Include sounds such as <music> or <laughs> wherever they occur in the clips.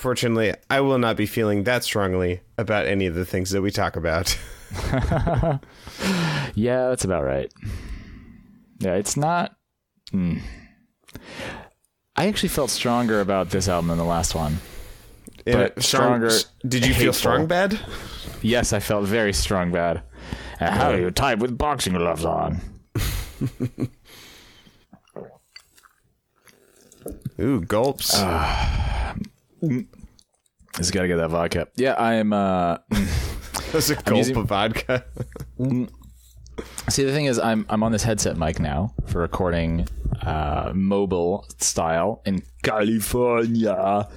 Unfortunately, I will not be feeling that strongly about any of the things that we talk about. <laughs> yeah, that's about right. Yeah, it's not. Mm. I actually felt stronger about this album than the last one. In But a stronger- did you feel hateful. strong bad? Yes, I felt very strong bad. And how do you type with boxing gloves on? Ooh, gulps. Uh, <laughs> Just gotta get that vodka. Yeah, I am. Uh, That's a gulp using- of vodka. <laughs> see, the thing is, I'm I'm on this headset mic now for recording, uh, mobile style in California,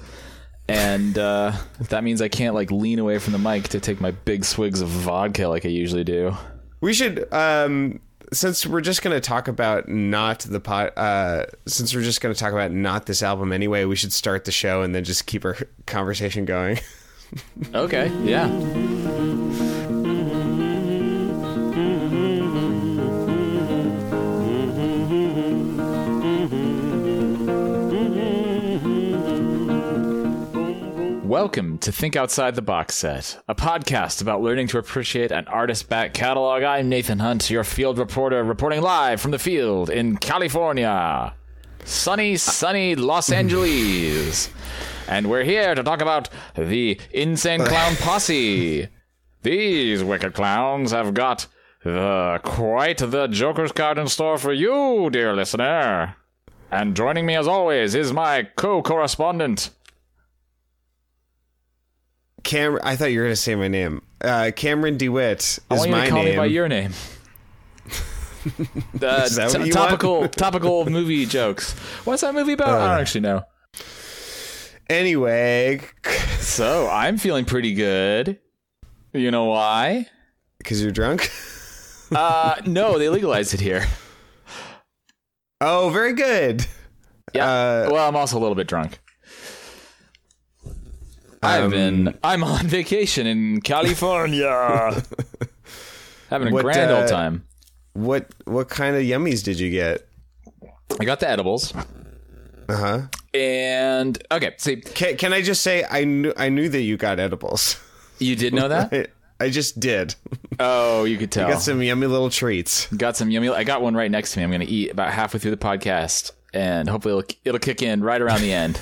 and uh, that means I can't like lean away from the mic to take my big swigs of vodka like I usually do. We should, um, since we're just going to talk about not the pot, uh, since we're just going to talk about not this album anyway, we should start the show and then just keep our conversation going. <laughs> Okay. Yeah. Welcome to Think Outside the Box Set, a podcast about learning to appreciate an artist back catalog. I'm Nathan Hunt, your field reporter, reporting live from the field in California. Sunny, sunny Los Angeles. And we're here to talk about the <laughs> Insane Clown Posse. These wicked clowns have got the quite the Joker's card in store for you, dear listener. And joining me as always is my co-correspondent. Cam, I thought you were going to say my name. Uh, Cameron DeWitt is I want you my to call name. me by <laughs> your name. Uh, Is that t- what you topical topical movie jokes. What's that movie about? Uh. I don't actually know. anyway, <laughs> So I'm feeling pretty good. You know why? because you're drunk. <laughs> Uh, no, they legalized it here. Oh, very good. Yeah. Uh, well, I'm also a little bit drunk. Um, I've been. I'm on <laughs> vacation in California, <laughs> having a What, grand uh, old time. What what kind of yummies did you get? I got the edibles. Uh huh. Uh-huh. And okay, see, Can, can I just say I knew I knew that you got edibles. <laughs> you did know that. I, I just did. <laughs> oh, you could tell. Got some yummy little treats. Got some yummy. I got one right next to me. I'm going to eat about halfway through the podcast, and hopefully it'll, it'll kick in right around the end,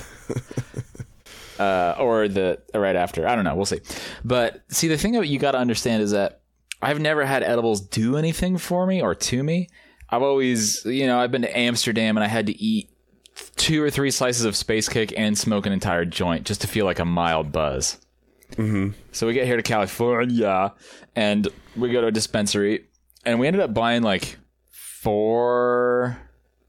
uh, or the or right after. I don't know. We'll see. But see, the thing that you got to understand is that I've never had edibles do anything for me or to me. I've always, you know, I've been to Amsterdam and I had to eat two or three slices of space cake and smoke an entire joint just to feel like a mild buzz. So we get here to California and we go to a dispensary and we ended up buying like four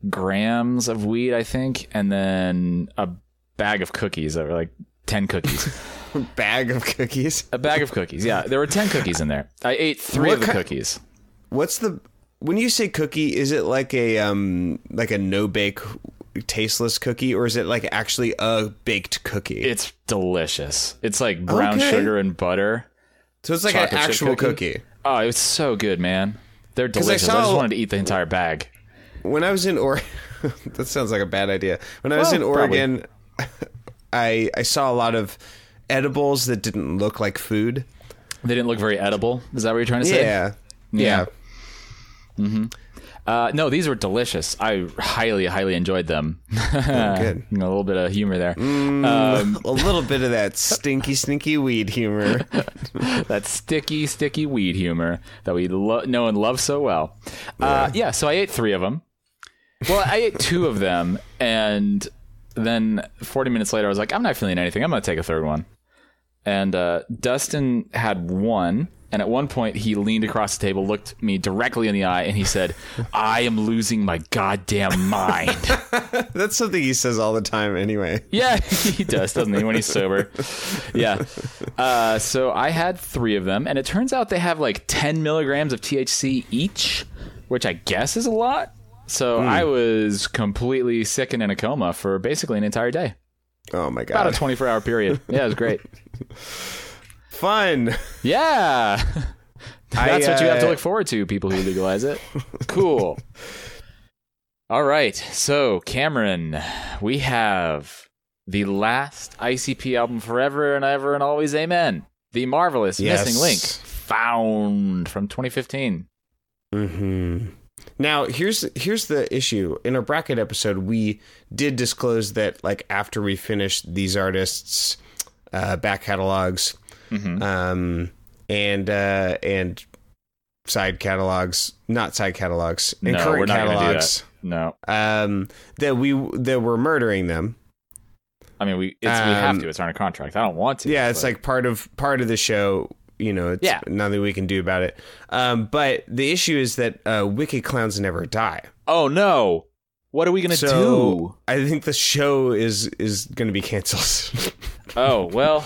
grams of weed, I think, and then a bag of cookies that were like 10 cookies. <laughs> Bag of cookies. a bag of cookies. Yeah, there were 10 cookies in there. I ate three What of the ki- cookies. What's the when you say cookie? Is it like a um like a no bake tasteless cookie, or is it like actually a baked cookie? It's delicious. It's like brown Okay. sugar and butter. so it's like an chocolate chip actual cookie? cookie. Oh, it was so good, man. They're I delicious. I, just saw- wanted to eat the entire bag. When I was in Oregon, <laughs> that sounds like a bad idea. When I was Well, in Oregon, <laughs> I I saw a lot of edibles that didn't look like food. They didn't look very edible. Is that what you're trying to say? Yeah. Yeah. Uh, no, these were delicious. I highly, highly enjoyed them. good. <laughs> Mm. a little bit of humor there. a little bit of that stinky, stinky weed humor. <laughs> that sticky, sticky weed humor that we lo- know and love so well. Uh, yeah, so I ate three of them. Well, I ate two of them, and then 40 minutes later, I was like, I'm not feeling anything. I'm going to take a third one. And uh, Dustin had one, and at one point, he leaned across the table, looked me directly in the eye, and he said, I am losing my goddamn mind. That's something he says all the time, anyway. Yeah, <laughs> he does, doesn't he? When he's sober. Yeah. Uh, so I had three of them, and it turns out they have like 10 milligrams of THC each, which I guess is a lot. So I was completely sick and in a coma for basically an entire day, Oh my about a god, 24 hour period. Yeah, it was great. fun! Yeah. <laughs> That's what you have to uh, look forward to, people who legalize <laughs> it. cool. All right. So, Cameron, we have the last ICP album forever and ever and always. Amen. The marvelous Yes. missing link found from 2015. hmm Now here's here's the issue. In our bracket episode, we did disclose that like after we finished these artists' uh, back catalogs, Mm-hmm. um, and uh, and side catalogs, not side catalogs, and No, current we're not gonna do catalogs, No, um, that we that we're murdering them. I mean we it's, we have Um, to. It's on a contract. I don't want to. Yeah, it's but- like part of part of the show. You know, it's Yeah. nothing we can do about it. Um, but the issue is that uh, wicked clowns never die. oh no, what are we gonna So I think the show is is going to be canceled. <laughs> do? Oh well,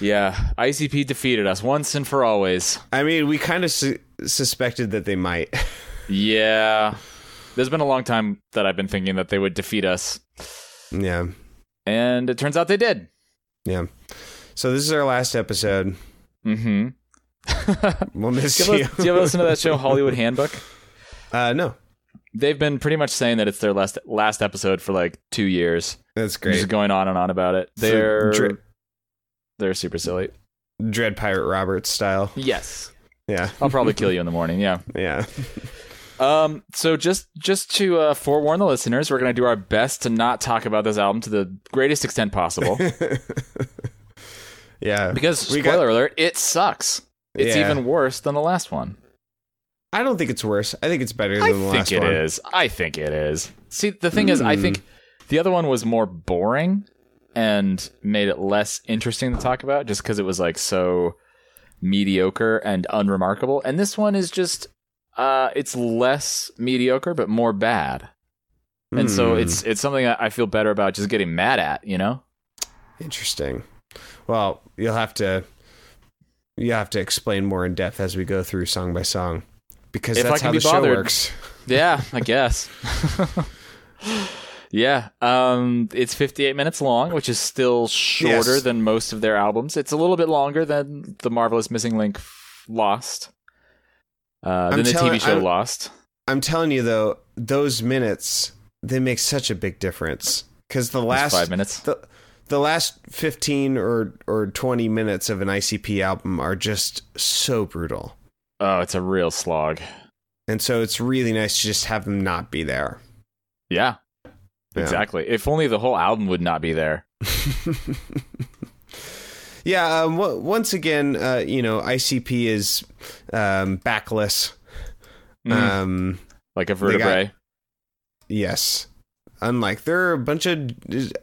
yeah. ICP defeated us once and for always. I mean, we kind of su- suspected that they might. <laughs> Yeah, there's been a long time that I've been thinking that they would defeat us, yeah, and it turns out they did. yeah. So this is our last episode. Mm-hmm. <laughs> We'll miss Do you, you. ever, do you ever listen to that show Hollywood Handbook? <laughs> Uh, no, They've been pretty much saying that it's their last last episode for like two years. that's Just great. going on and on about it. So They're Dre- they're super silly. Dread Pirate Roberts style. Yes, Yeah, I'll probably kill you in the morning. Yeah. yeah. Um. So just just to uh, forewarn the listeners, we're gonna do our best to not talk about this album to the greatest extent possible. Yeah, Because We spoiler got- alert, it sucks. It's Yeah. even worse than the last one. I don't think it's worse. I think it's better than I the think last it is. one. Hmm. I think it is. See, the thing is, I think the other one was more boring and made it less interesting to talk about just because it was like so mediocre and unremarkable. And this one is just, uh, it's less mediocre but more bad. And so Hmm. it's it's something I I feel better about just getting mad at, you know? Interesting. Well, you'll have to you have to explain more in depth as we go through song by song because If I that's can how be the show bothered. works. Yeah, I guess. <laughs> yeah, um, it's 58 minutes long, which is still shorter Yes. than most of their albums. It's a little bit longer than the marvelous Missing Link f- Lost, uh, than the telling- TV show I'm- Lost. I'm telling you though, those minutes they make such a big difference because the It's last five minutes. the the last 15 or or 20 minutes of an ICP album are just so brutal. oh, it's a real slog. And so it's really nice to just have them not be there. Yeah, Yeah. exactly. If only the whole album would not be there. Yeah, um, w- once again, uh, you know, ICP is um, backless. Mm, Um, like a got- vertebrae. Yes. Unlike there are a bunch of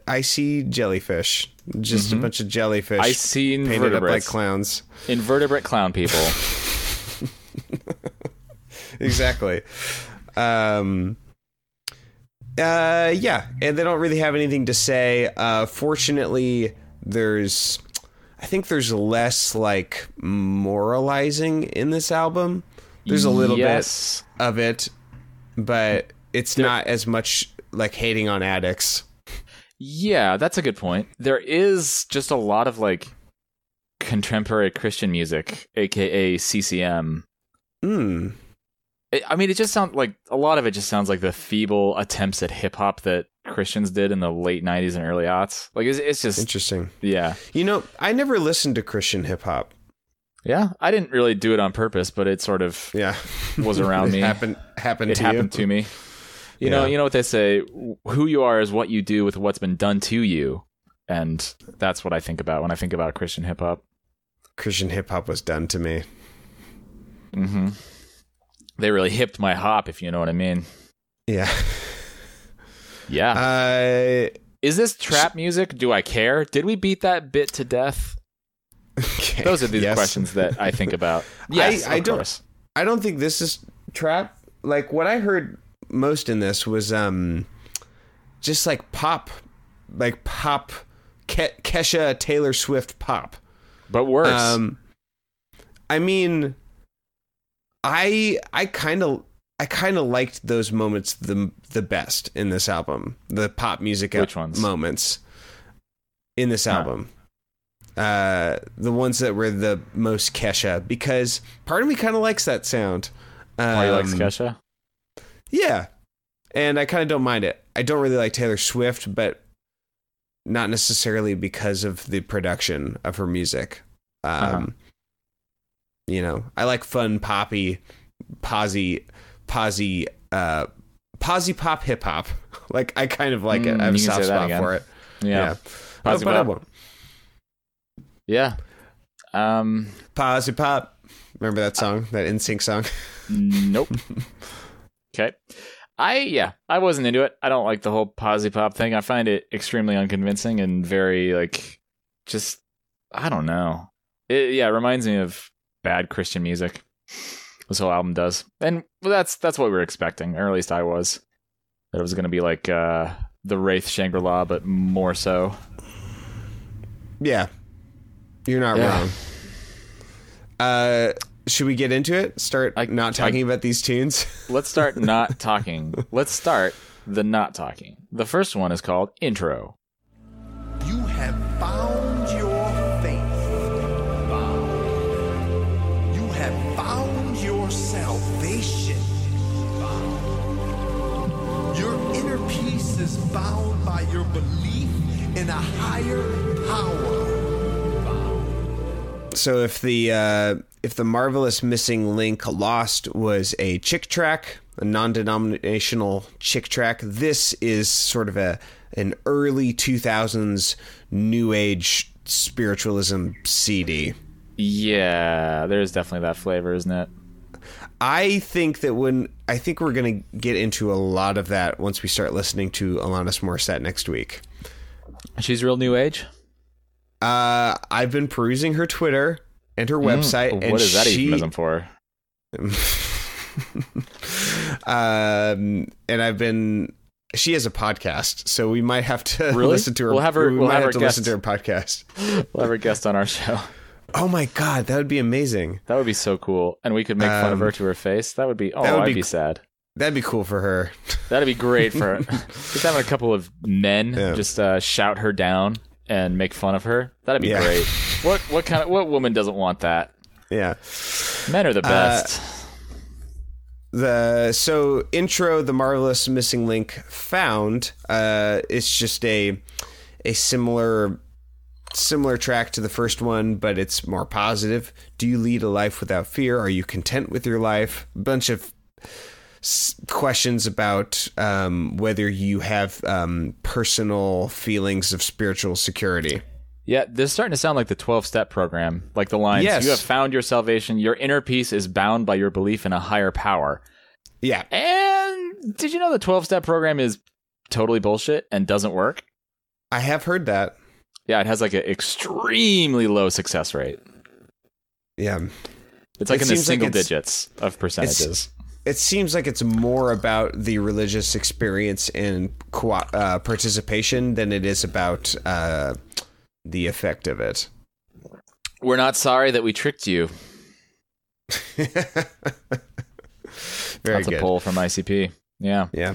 icy jellyfish, just a Mhm. bunch of jellyfish I see painted up like invertebrates. clowns. Invertebrate clown people. <laughs> Exactly. um, uh, yeah, and they don't really have anything to say. Uh, fortunately, there's, I think there's less like moralizing in this album. <laughs> There's a little yes. bit of it, but it's not as much like hating on addicts. Yeah, that's a good point. There is just a lot of like contemporary Christian music, aka CCM. Hmm. I I mean, it just sounds like a lot of it just sounds like the feeble attempts at hip hop that Christians did in the late '90s and early aughts. Like it's, it's just Interesting. yeah, You know, I never listened to Christian hip hop. yeah. I didn't really do it on purpose, but it sort of Yeah, <laughs> was around me. It happened happened it to happened you. to me. You know, Yeah. you know what they say: who you are is what you do with what's been done to you, and that's what I think about when I think about Christian hip hop. Christian hip hop was done to me. Mm-hmm. They really hipped my hop, if you know what I mean. <laughs> Yeah. Yeah. Uh, Is this trap music? Do I care? Did we beat that bit to death? okay. Those are the Yes. questions that I think about. <laughs> Yes, I of don't- course. I don't think this is trap. Like what I heard most in this was um, just like pop, like pop, Ke- Kesha Taylor Swift pop. But worse. Um, I mean, I I kind of I kind of liked those moments the the best in this album. The pop music Which ones? moments in this Huh. album. Uh, the ones that were the most Kesha, because part of me kind of likes that sound. Um, Why you like Kesha? Yeah, and I kind of don't mind it. I don't really like Taylor Swift, but not necessarily because of the production of her music. Um, Uh-huh. You know, I like fun poppy, posy, posy, uh, posy pop hip hop. <laughs> Like I kind of like it. Mm, I have a you can soft say that spot again. for it. Yeah. Oh, Posy but I pop. won't. Yeah. Um, Posy pop. Remember that song, that NSYNC song? nope. okay. I yeah, I wasn't into it. I don't like the whole posy pop thing. I find it extremely unconvincing and very like just I don't know. It, yeah, it reminds me of bad Christian music. This whole album does, and well, that's that's what we were expecting, or at least I was. That it was going to be like uh, the Wraith Shangri La, but more so. Yeah. You're not Yeah. wrong. Uh, should we get into it? Start I- not talking about these tunes? <laughs> Let's start not talking. Let's start the not talking. The first one is called intro. You have found your faith. You have found your salvation. Your inner peace is bound by your belief in a higher power. so if the uh, if the marvelous missing link lost was a chick track a non-denominational chick track this is sort of a an early 2000s new age spiritualism cd Yeah, there's definitely that flavor, isn't it? i think that when i think we're going to get into a lot of that once we start listening to alanis morissette next week She's real new age. uh, i've been perusing her twitter and her Mm, website and Mm, what is that she, euphemism for? um, and I've been. She has a podcast, so we might have to <laughs> Really? listen to her. We'll have her- We we'll might have have, her to guest. listen to her podcast. We'll have a guest on our show. Oh my god, that would be amazing. That would be so cool, and we could make fun of her to her face. That would be oh, Um, that would I'd be, be- sad. That'd be cool for her. <laughs> That'd be great for just having a couple of men Yeah. just uh, shout her down and make fun of her. That'd be Yeah. great. What what kind of what woman doesn't want that? Yeah. Men are Uh, the best. The so intro the marvelous missing link found. Uh, it's just a a similar similar track to the first one, but it's more positive. Do you lead a life without fear? Are you content with your life? A bunch of s- questions about um, whether you have um, personal feelings of spiritual security. Yeah, this is starting to sound like the 12 step program, like the lines Yes. you have found your salvation, your inner peace is bound by your belief in a higher power. Yeah, And did you know the 12 step program is totally bullshit and doesn't work? I have heard that. Yeah, it has like an extremely low success rate. Yeah, It's It like in the seems like single it's- digits of percentages. it seems like it's more about the religious experience and co- uh, participation than it is about uh, the effect of it. We're not sorry that we tricked you. Very That's good. a poll from ICP. Yeah. Yeah.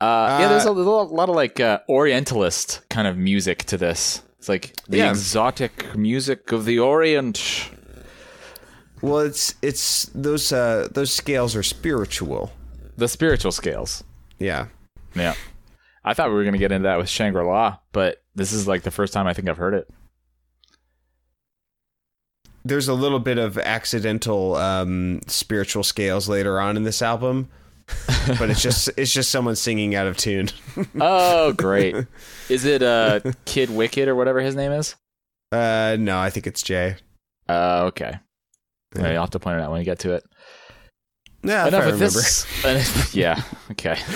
Uh, yeah, there's a little, lot of like uh, Orientalist kind of music to this. It's like the Yeah. exotic music of the Orient. Well, it's it's those uh, those scales are spiritual. The spiritual scales. Yeah. Yeah. I thought we were going to get into that with Shangri La, but this is like the first time I think I've heard it. There's a little bit of accidental um, spiritual scales later on in this album, but it's just it's just someone singing out of tune. Oh, great. is it uh, Kid Wicked or whatever his name is? Uh, no, I think it's Jay. Uh, okay. Yeah. Yeah, You'll have to point it out when we get to it. No, if I Enough remember. of this. <laughs> Enough- yeah. Okay. <laughs>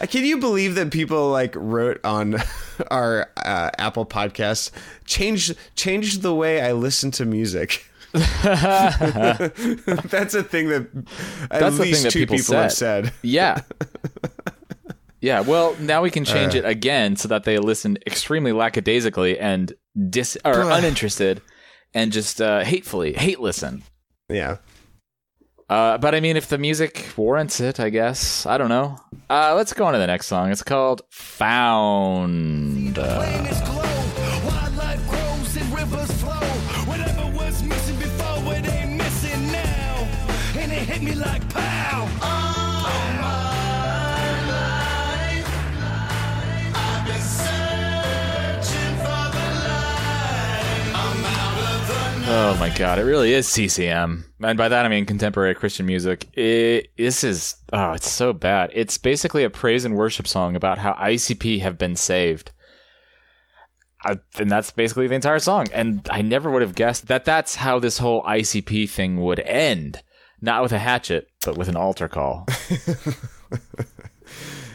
Uh, Can you believe that people like wrote on <laughs> our uh, Apple podcast changed changed the way I listen to music? <laughs> That's a thing that at That's the thing least that two people people, have said. Yeah. Yeah. Well, now we can change it again so that they listen extremely lackadaisically and dis or Ugh. uninterested and just uh, hatefully hate listen. Yeah, Uh, but I mean, if the music warrants it, I guess. I don't know. Uh, let's go on to the next song. It's called Found. Planets glow, wildlife grows and rivers flow. Whatever was missing before, it ain't missing now. And it hit me like pow. All my life, I've been searching Oh my god, it really is CCM, and by that I mean contemporary Christian music. It, this is oh, it's so bad. It's basically a praise and worship song about how ICP have been saved, I, and that's basically the entire song. And I never would have guessed that that's how this whole ICP thing would end, not with a hatchet, but with an altar call.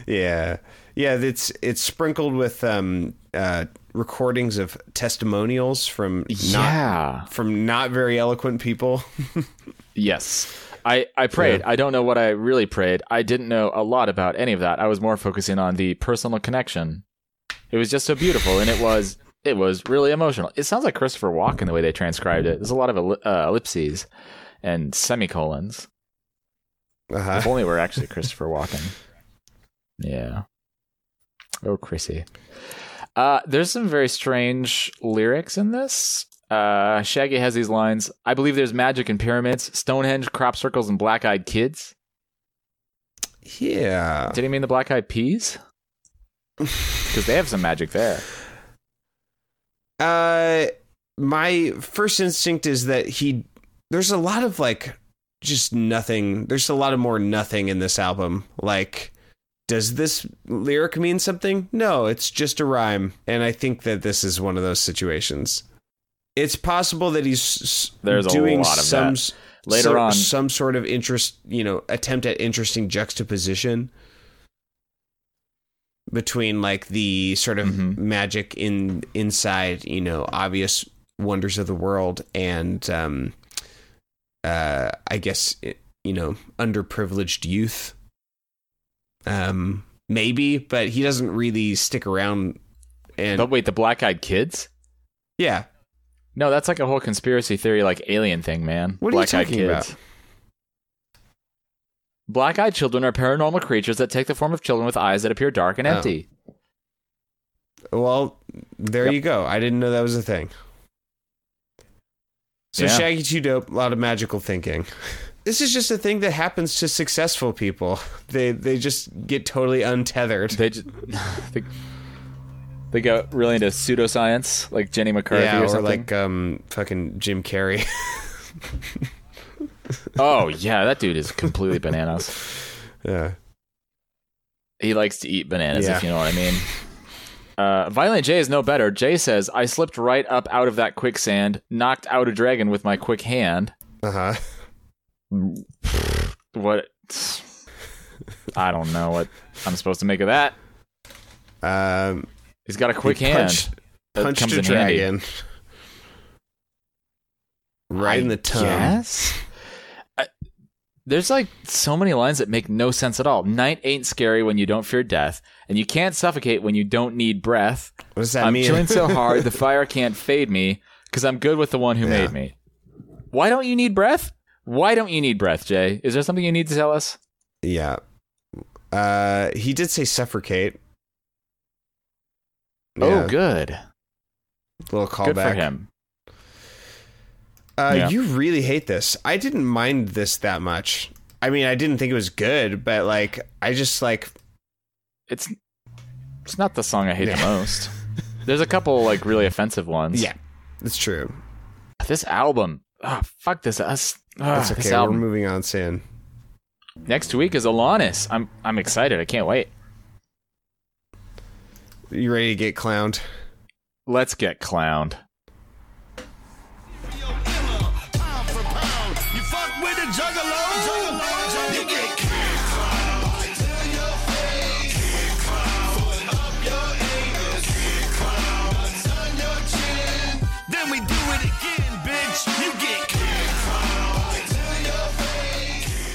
Yeah, yeah. It's it's sprinkled with um, uh, recordings of testimonials from not, yeah. from not very eloquent people. Yes. I, I prayed. I don't know what I really prayed. I didn't know a lot about any of that. I was more focusing on the personal connection. It was just so beautiful, and it was it was really emotional. It sounds like Christopher Walken the way they transcribed it. There's a lot of el- uh, ellipses and semicolons. Uh-huh. If only it <laughs> were actually Christopher Walken. Uh, Yeah. Oh, Chrissy. Uh, there's some very strange lyrics in this. Uh, Shaggy has these lines I believe there's magic in pyramids, Stonehenge, crop circles, and black eyed kids. Yeah. Did he mean the black eyed peas? Because they have some magic there. Uh, my first instinct is that he. There's a lot of like, just nothing. There's a lot of more nothing in this album. Like, does this lyric mean something? No, it's just a rhyme, and I think that this is one of those situations. It's possible that he's s- There's a doing lot of some that. s- Later so- on- some sort of interest, you know, attempt at interesting juxtaposition between like the sort of Mhm. magic in inside you know obvious wonders of the world and um uh i guess it, you know underprivileged youth um maybe but he doesn't really stick around and But wait, the black eyed kids? yeah No, that's like a whole conspiracy theory, like alien thing, man. What are you Black-eyed talking about? Black-eyed children are paranormal creatures that take the form of children with eyes that appear dark and Oh. empty. well there you go i didn't know that was a thing so Yeah. shaggy too dope a lot of magical thinking this is just a thing that happens to successful people they they just get totally untethered They just <laughs> they, they go really into pseudoscience, like Jenny McCarthy yeah, or or, something. like um fucking Jim Carrey. <laughs> <laughs> oh yeah, that dude is completely <laughs> bananas. yeah. He likes to eat bananas, Yeah. if you know what I mean. Uh, Violent J is no better. Jay says, I slipped right up out of that quicksand, knocked out a dragon with my quick hand. Uh huh. What? I don't know what I'm supposed to make of that. Um, He's got a quick he hand. punched, That punched comes a in handy. dragon right in the tongue. Yes. There's like so many lines that make no sense at all. Night ain't scary when you don't fear death, and you can't suffocate when you don't need breath. What does that I'm mean? <laughs> chilling so hard the fire can't fade me because I'm good with the one who Yeah. made me. Why don't you need breath? Why don't you need breath, Jay? Is there something you need to tell us? yeah. Uh, he did say suffocate. Oh, Yeah, good. Little callback. Good for him. Uh, Yeah. You really hate this. I didn't mind this that much. I mean, I didn't think it was good, but like, I just like It's it's not the song I hate Yeah. the most. There's a couple like really offensive ones. yeah, that's true. This album. Ah, fuck this. Us. ah, That's This okay. We're album. moving on, Sin. Next week is Alanis. I'm I'm excited. I can't wait. You ready to get clowned? Let's get clowned. Yo, Emma, pound for pound. You fuck with a juggalo, juggalo, you get kicked. Tell your face, foot up your anus, turn your chin. Then we do it again, bitch. You get kicked. Tell your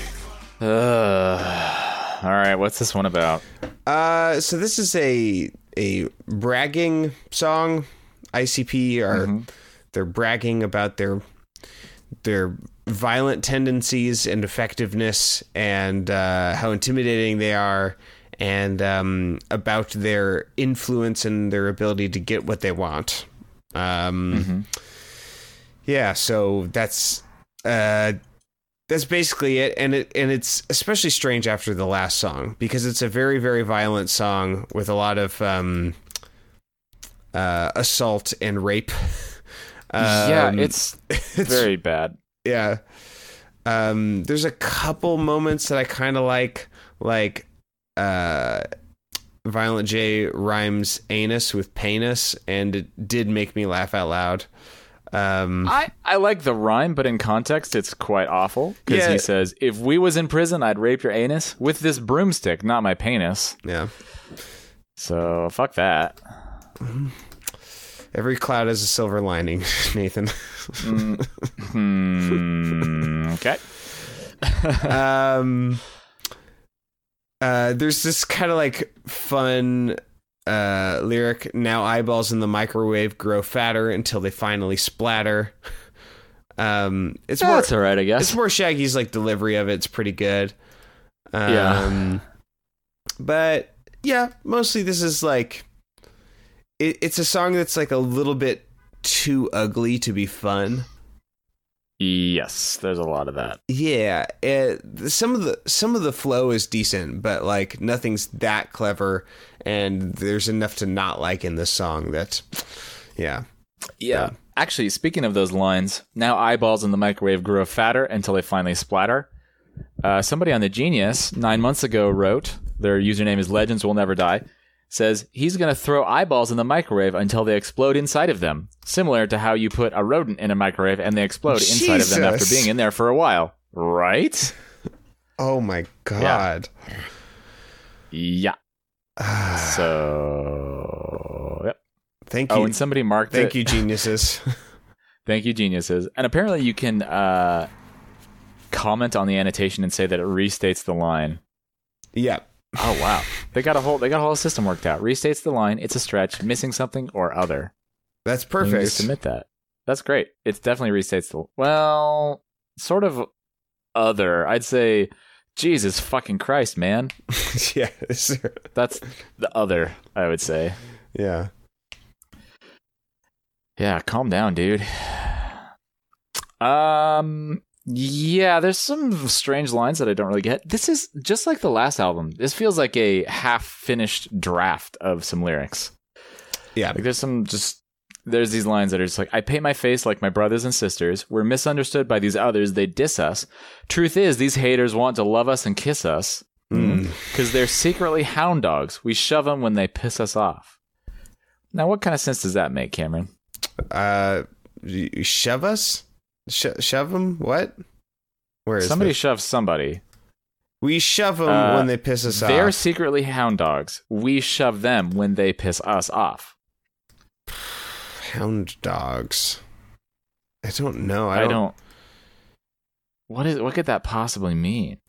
Ugh. All right, what's this one about? Uh, so this is a a bragging song. ICP are Mm-hmm. they're bragging about their their violent tendencies and effectiveness, and uh, how intimidating they are, and um, about their influence and their ability to get what they want. Um, Mm-hmm. Yeah, so that's uh, that's basically it and it and it's especially strange after the last song because it's a very very violent song with a lot of um uh assault and rape yeah, Um, <laughs> it's, very bad. yeah. Um, there's a couple moments that I kind of like, like uh, Violent J rhymes anus with penis, and it did make me laugh out loud. Um, I, I like the rhyme, but in context, it's quite awful because Yeah. he says, "If we was in prison, I'd rape your anus with this broomstick, not my penis." yeah. So fuck that. Every cloud has a silver lining, <laughs> Nathan. Mm-hmm. Hmm, <laughs> okay. um, uh, there's this kind of like fun uh, lyric. Now eyeballs in the microwave grow fatter until they finally splatter. <laughs> Um, it's more That's all right, I it's guess. more Shaggy's like delivery of it. It's pretty good. Um, Yeah. but yeah, mostly this is like it, it's a song that's like a little bit too ugly to be fun. Yes, there's a lot of that. Yeah, it, some of the some of the flow is decent, but like nothing's that clever, and there's enough to not like in this song. That, yeah, Yeah. Actually, speaking of those lines, now eyeballs in the microwave grow fatter until they finally splatter. Uh, somebody on the Genius nine months ago wrote their username is Legends Will Never Die. Says he's going to throw eyeballs in the microwave until they explode inside of them, similar to how you put a rodent in a microwave and they explode inside of them after Jesus. being in there for a while. Right? oh my god, Yeah. so, yep. <sighs> thank you, Oh, and somebody marked thank it. you, geniuses. <laughs> Thank you, geniuses. And apparently, you can uh, comment on the annotation and say that it restates the line. yeah, Oh wow, they got a whole they got a whole system worked out. Restates the line. It's a stretch, missing something or other. that's You can just perfect. submit that. That's great. It's definitely restates the well, sort of other. I'd say, Jesus fucking Christ, man. <laughs> yeah, sure. That's the other. I would say. yeah. Yeah, calm down, dude. Um yeah, there's some strange lines that I don't really get. This is just like the last album. This feels like a half-finished draft of some lyrics. Yeah. Like there's some just there's these lines that are just like I paint my face like my brothers and sisters. We're misunderstood by these others. They diss us. Truth is, these haters want to love us and kiss us Mm. because they're secretly hound dogs. We shove them when they piss us off. Now, what kind of sense does that make, Cameron? Uh, you shove us, Sh- shove them. What? Where is Somebody this? shoves somebody. we shove them Uh, when they piss us They're off. secretly hound dogs. We shove them when they piss us off. Hound dogs. I don't know. I don't. what is? What could that possibly mean?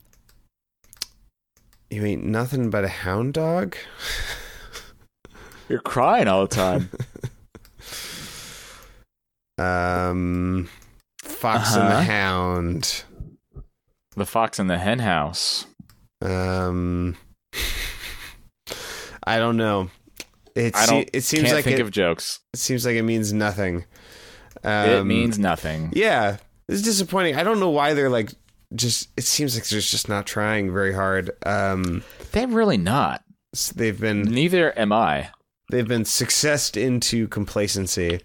You ain't nothing but a hound dog? You're crying all <laughs> the time. Um Fox and the Uh-huh. Hound. the fox in the hen house. Um I don't know. It I se- don't. it seems can't like think it, of jokes. it seems like it means nothing. Um, it means nothing. Yeah. This is disappointing. I don't know why they're like just it seems like they're just not trying very hard. Um They're really not. s- they've been Neither am I. they've been successed into complacency.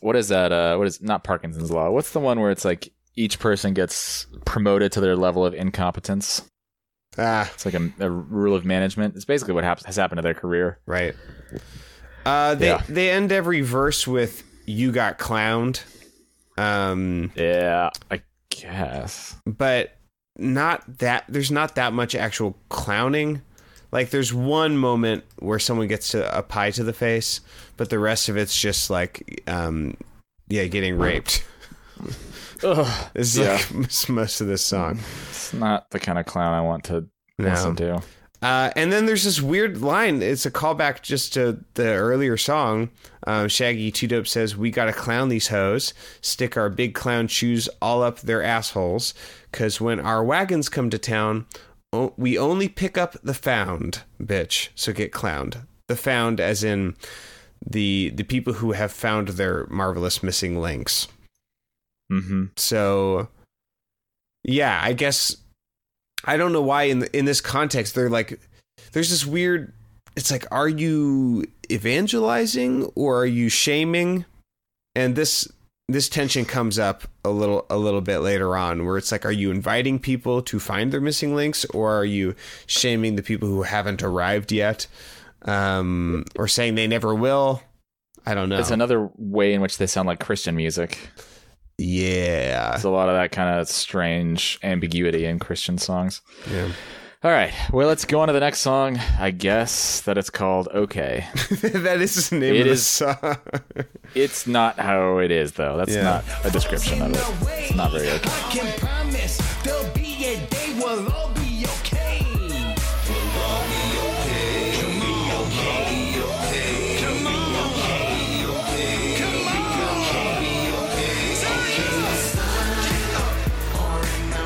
What is that? Uh, what is not Parkinson's law? What's the one where it's like each person gets promoted to their level of incompetence? Ah, It's like a, a rule of management. It's basically what happens, has happened to their career. right. Uh they Yeah. they end every verse with you got clowned. Um Yeah, I guess. but not that there's not that much actual clowning. Like there's one moment where someone gets to a pie to the face, but the rest of it's just like um yeah, getting raped. Ugh, This is like <laughs> it's most of this song. it's not the kind of clown I want to listen No. to. Uh, and then there's this weird line. It's a callback just to the earlier song. Um, Shaggy Two Dope says, "We gotta clown these hoes, stick our big clown shoes all up their assholes, cause when our wagons come to town, o- we only pick up the found, bitch. So get clowned. The found, as in the the people who have found their marvelous missing links. Mm-hmm. So yeah, I guess I don't know why in in this context they're like there's this weird it's like are you evangelizing or are you shaming? and this this tension comes up a little a little bit later on where it's like are you inviting people to find their missing links or are you shaming the people who haven't arrived yet um or saying they never will i don't know It's another way in which they sound like Christian music. yeah <laughs> There's a lot of that kind of strange ambiguity in Christian songs. yeah All right, well, let's go on to the next song. I guess that it's called "Okay." that is the name It of the is- song It's not how it is, though. That's Yeah. not a description of it. It's not very okay. I can promise there'll be a day we'll all be okay.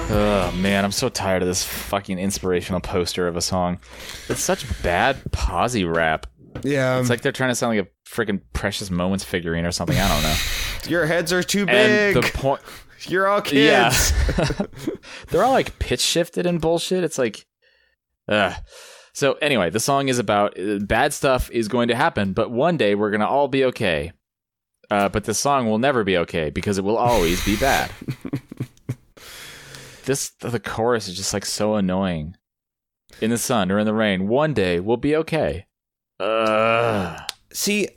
Oh man, I'm so tired of this fucking inspirational poster of a song. It's such bad posy rap. yeah It's like they're trying to sound like a freaking Precious Moments figurine or something. I <laughs> don't know. your heads are too big And the point, <laughs> you're all yeah, kids <laughs> they're all like pitch shifted and bullshit. It's like, ugh. So anyway, the song is about uh, bad stuff is going to happen, but one day we're gonna all be okay. Uh, but the song will never be okay because it will always be <laughs> bad. this the chorus is just like so annoying. In the sun or in the rain, one day we'll be okay. Ugh. see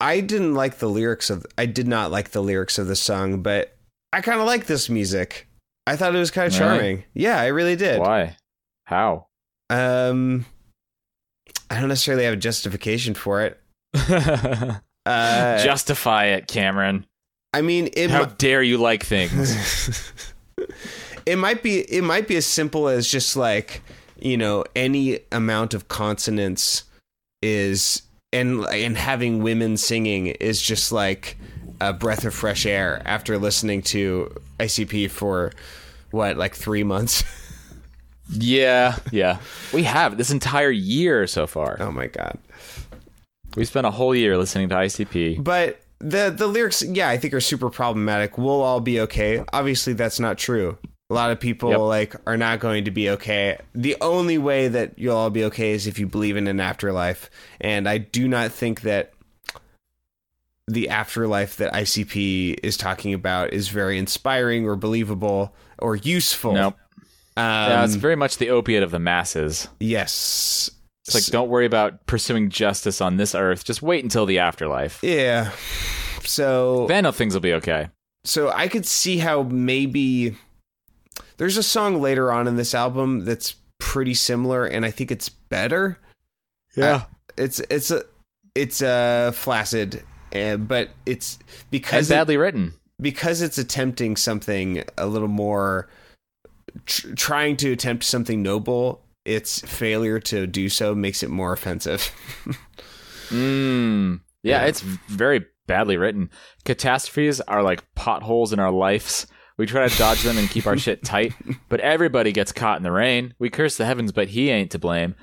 i didn't like the lyrics of i did not like the lyrics of the song but i kind of like this music i thought it was kind of Really? charming yeah i really did Why? <laughs> How? um i don't necessarily have a justification for it uh Justify it, Cameron. i mean it How mi- dare you <laughs> like things? it might be it might be as simple as just like you know any amount of consonants is and and having women singing is just like a breath of fresh air after listening to ICP for what like 3 months. <laughs> Yeah, yeah. We have this entire year so far. oh my god. We spent a whole year listening to ICP. But the the lyrics yeah, I think are super problematic. We'll all be okay. Obviously that's not true. A lot of people Yep. like are not going to be okay. The only way that you'll all be okay is if you believe in an afterlife. And I do not think that the afterlife that ICP is talking about is very inspiring or believable or useful. Nope. Um, Yeah, it's very much the opiate of the masses. yes. It's like don't worry about pursuing justice on this earth. Just wait until the afterlife. Yeah. So Then things will be okay. so I could see how maybe there's a song later on in this album that's pretty similar, and I think it's better. Yeah. It's it's a it's a flaccid, uh, but it's and because it- badly written. because it's attempting something a little more tr- trying to attempt something noble. Its failure to do so makes it more offensive. <laughs> Mm. Yeah, it's very badly written. Catastrophes are like potholes in our lives. We try to dodge them and keep <laughs> our shit tight, but everybody gets caught in the rain. We curse the heavens, but he ain't to blame.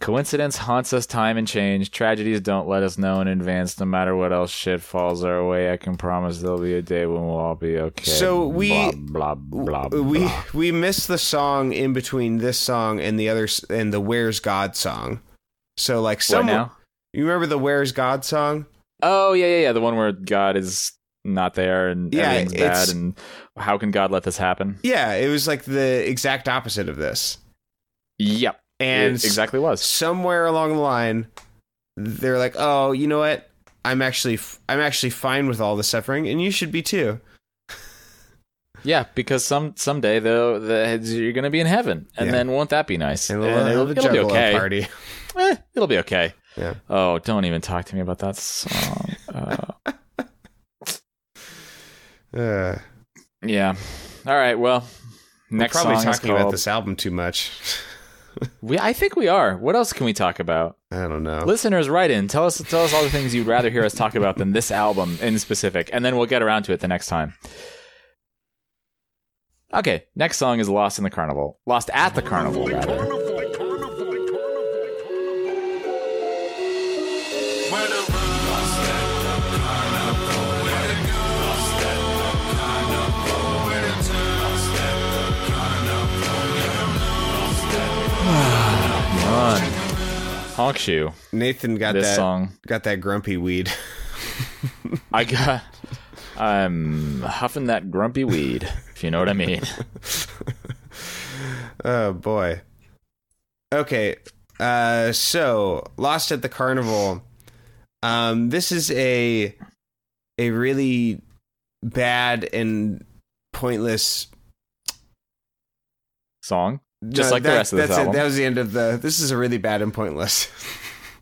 Coincidence haunts us time and change. Tragedies don't let us know in advance. No matter what else shit falls our way, I can promise there'll be a day when we'll all be okay. So we- blah blah blah. we <laughs> blah. we missed the song in between this song and the other s- and the Where's God song. So like what some now? you remember the Where's God song? Oh yeah yeah yeah, the one where God is not there and Yeah, everything's it's- bad and how can God let this happen? Yeah, it was like the exact opposite of this. Yep. e- And it exactly was. somewhere along the line they're like, "Oh, you know what? I'm actually f- I'm actually fine with all the suffering and you should be too." Yeah, because some someday though the, you're gonna be in heaven, and Yeah. then won't that be nice? Uh, And a little, it'll, bit of it'll be juggalo okay. party. <laughs> Eh, it'll be okay. Yeah. Oh, don't even talk to me about that song. Uh, Uh, yeah. All right. Well, we're next probably song is talking about called- this album too much. <laughs> We, I think we are. What else can we talk about? I don't know. Listeners, write in. Tell us. Tell us all the things you'd rather hear us talk about than this album in specific, and then we'll get around to it the next time. Okay. Next song is "Lost in the Carnival." Lost at the Carnival, rather. Run. Honk shoe. Nathan got This that song. got that grumpy weed. I got I'm huffing that grumpy weed, if you know what I mean. Oh boy. Okay. Uh so Lost at the Carnival. Um this is a a really bad and pointless <laughs> Song, just No, like that- the rest of this that's it. album. That was the end of the this is a really bad and pointless.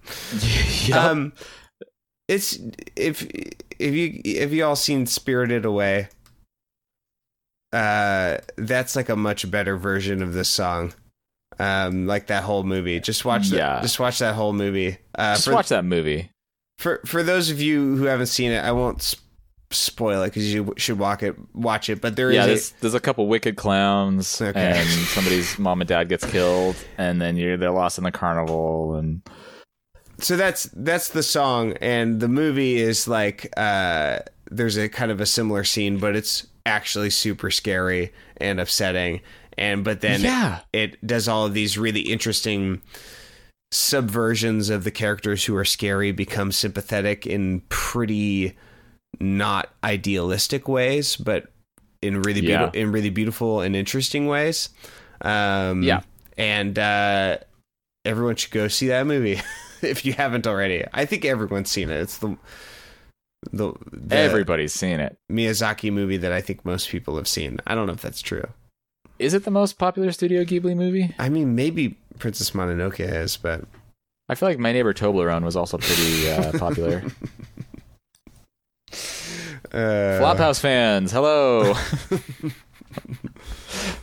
<laughs> Yup. Um it's if if you if you all seen Spirited Away uh that's like a much better version of this song. Um like that whole movie. Just watch the, Yeah. just watch that whole movie. Uh just for, watch that movie. for for those of you who haven't seen it, I won't sp- spoil it cuz you should walk it watch it, but there is yeah, a- there's, there's a couple wicked clowns, Okay. and somebody's mom and dad gets killed, and then you're they're lost in the carnival, and so that's that's the song and the movie is like uh there's a kind of a similar scene but it's actually super scary and upsetting and but then Yeah. it, does all of these really interesting subversions of the characters who are scary become sympathetic in pretty not idealistic ways but in really Yeah. beautiful in really beautiful and interesting ways um Yeah. and uh everyone should go see that movie <laughs> if you haven't already. I think everyone's seen it. It's the the, the everybody's seen it. Miyazaki movie that I think most people have seen. I don't know if that's true. Is it the most popular Studio Ghibli movie? I mean, maybe Princess Mononoke is, but I feel like My Neighbor Toblerone was also pretty uh, <laughs> popular. uh, Flophouse <laughs> fans, hello.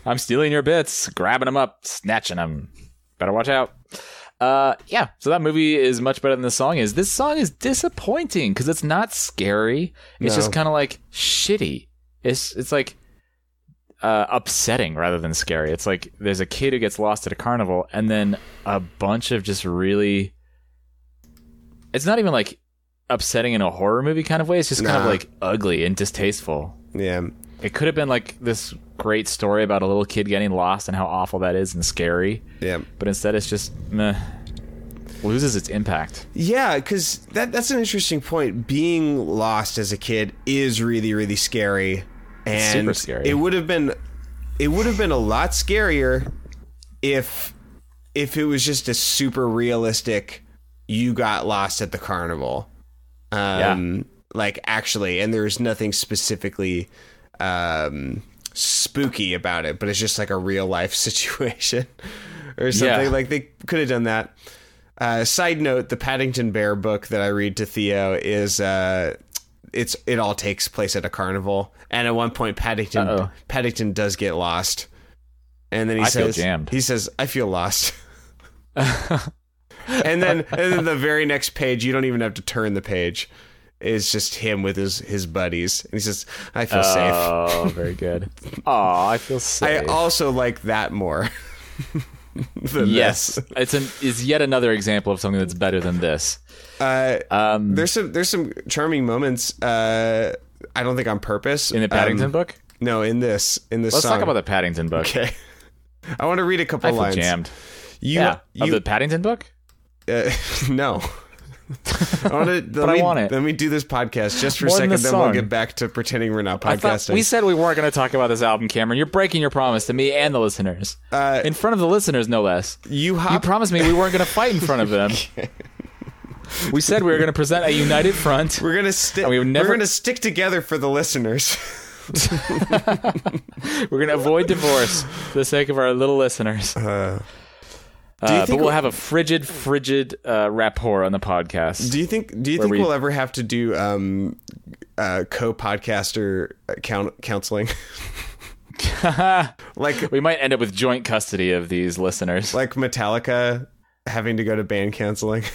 I'm stealing your bits, grabbing them up, snatching them. Better watch out. Uh, yeah, so that movie is much better than the song is. This song is disappointing because it's not scary. It's No. just kind of like shitty. It's it's like uh, upsetting rather than scary. It's like there's a kid who gets lost at a carnival, and then a bunch of just really. It's not even like upsetting in a horror movie kind of way. It's just kind of Nah. like ugly and distasteful. yeah, It could have been like this great story about a little kid getting lost and how awful that is and scary, yeah, but instead it's just meh. Loses its impact. yeah. Because that that's an interesting point. Being lost as a kid is really really scary, and super scary. It would have been it would have been a lot scarier if if it was just a super realistic you got lost at the carnival um like actually and there's nothing specifically um spooky about it but it's just like a real life <laughs> situation or something Yeah. like they could have done that uh side note the paddington bear book that i read to theo is uh it's it all takes place at a carnival and at one point paddington Uh-oh. paddington does get lost and then he I feel says, jammed. He says, I feel <laughs> lost. <laughs> and then and then the very next page, you don't even have to turn the page. It's just him with his his buddies. And he says, I feel safe. Oh, <laughs> very good. Oh, I feel I safe. also like that more. <laughs> than yes, this. it's an is yet another example of something that's better than this. Uh, Um, there's some there's some charming moments. Uh, I don't think on purpose. in the Paddington Um, book, No, in this in this let's song. talk about the Paddington book. Okay. <laughs> I want to read a couple I feel lines. jammed. You, Yeah, of you the Paddington book. Uh, <laughs> no. I <laughs> wanna, let I me, want it. Let me do this podcast just for a More than second, the then we'll song. get back to pretending we're not I thought podcasting. we said we weren't going to talk about this album, Cameron. You're breaking your promise to me and the listeners, Uh, in front of the listeners, no less. you You hop. promised me we weren't going to fight in front <laughs> of them. We said we were going to present a united front. we're gonna stick. and we've We're never- gonna stick together for the listeners. We're going to avoid divorce for the sake of our little listeners. Uh, do you Uh, but think we'll we- have a frigid, frigid uh, rapport on the podcast. do you think? Do you think we- we'll ever have to do um, uh, co-podcaster uh, coun counseling? <laughs> like <laughs> we might end up with joint custody of these listeners. like Metallica having to go to band counseling. <laughs> they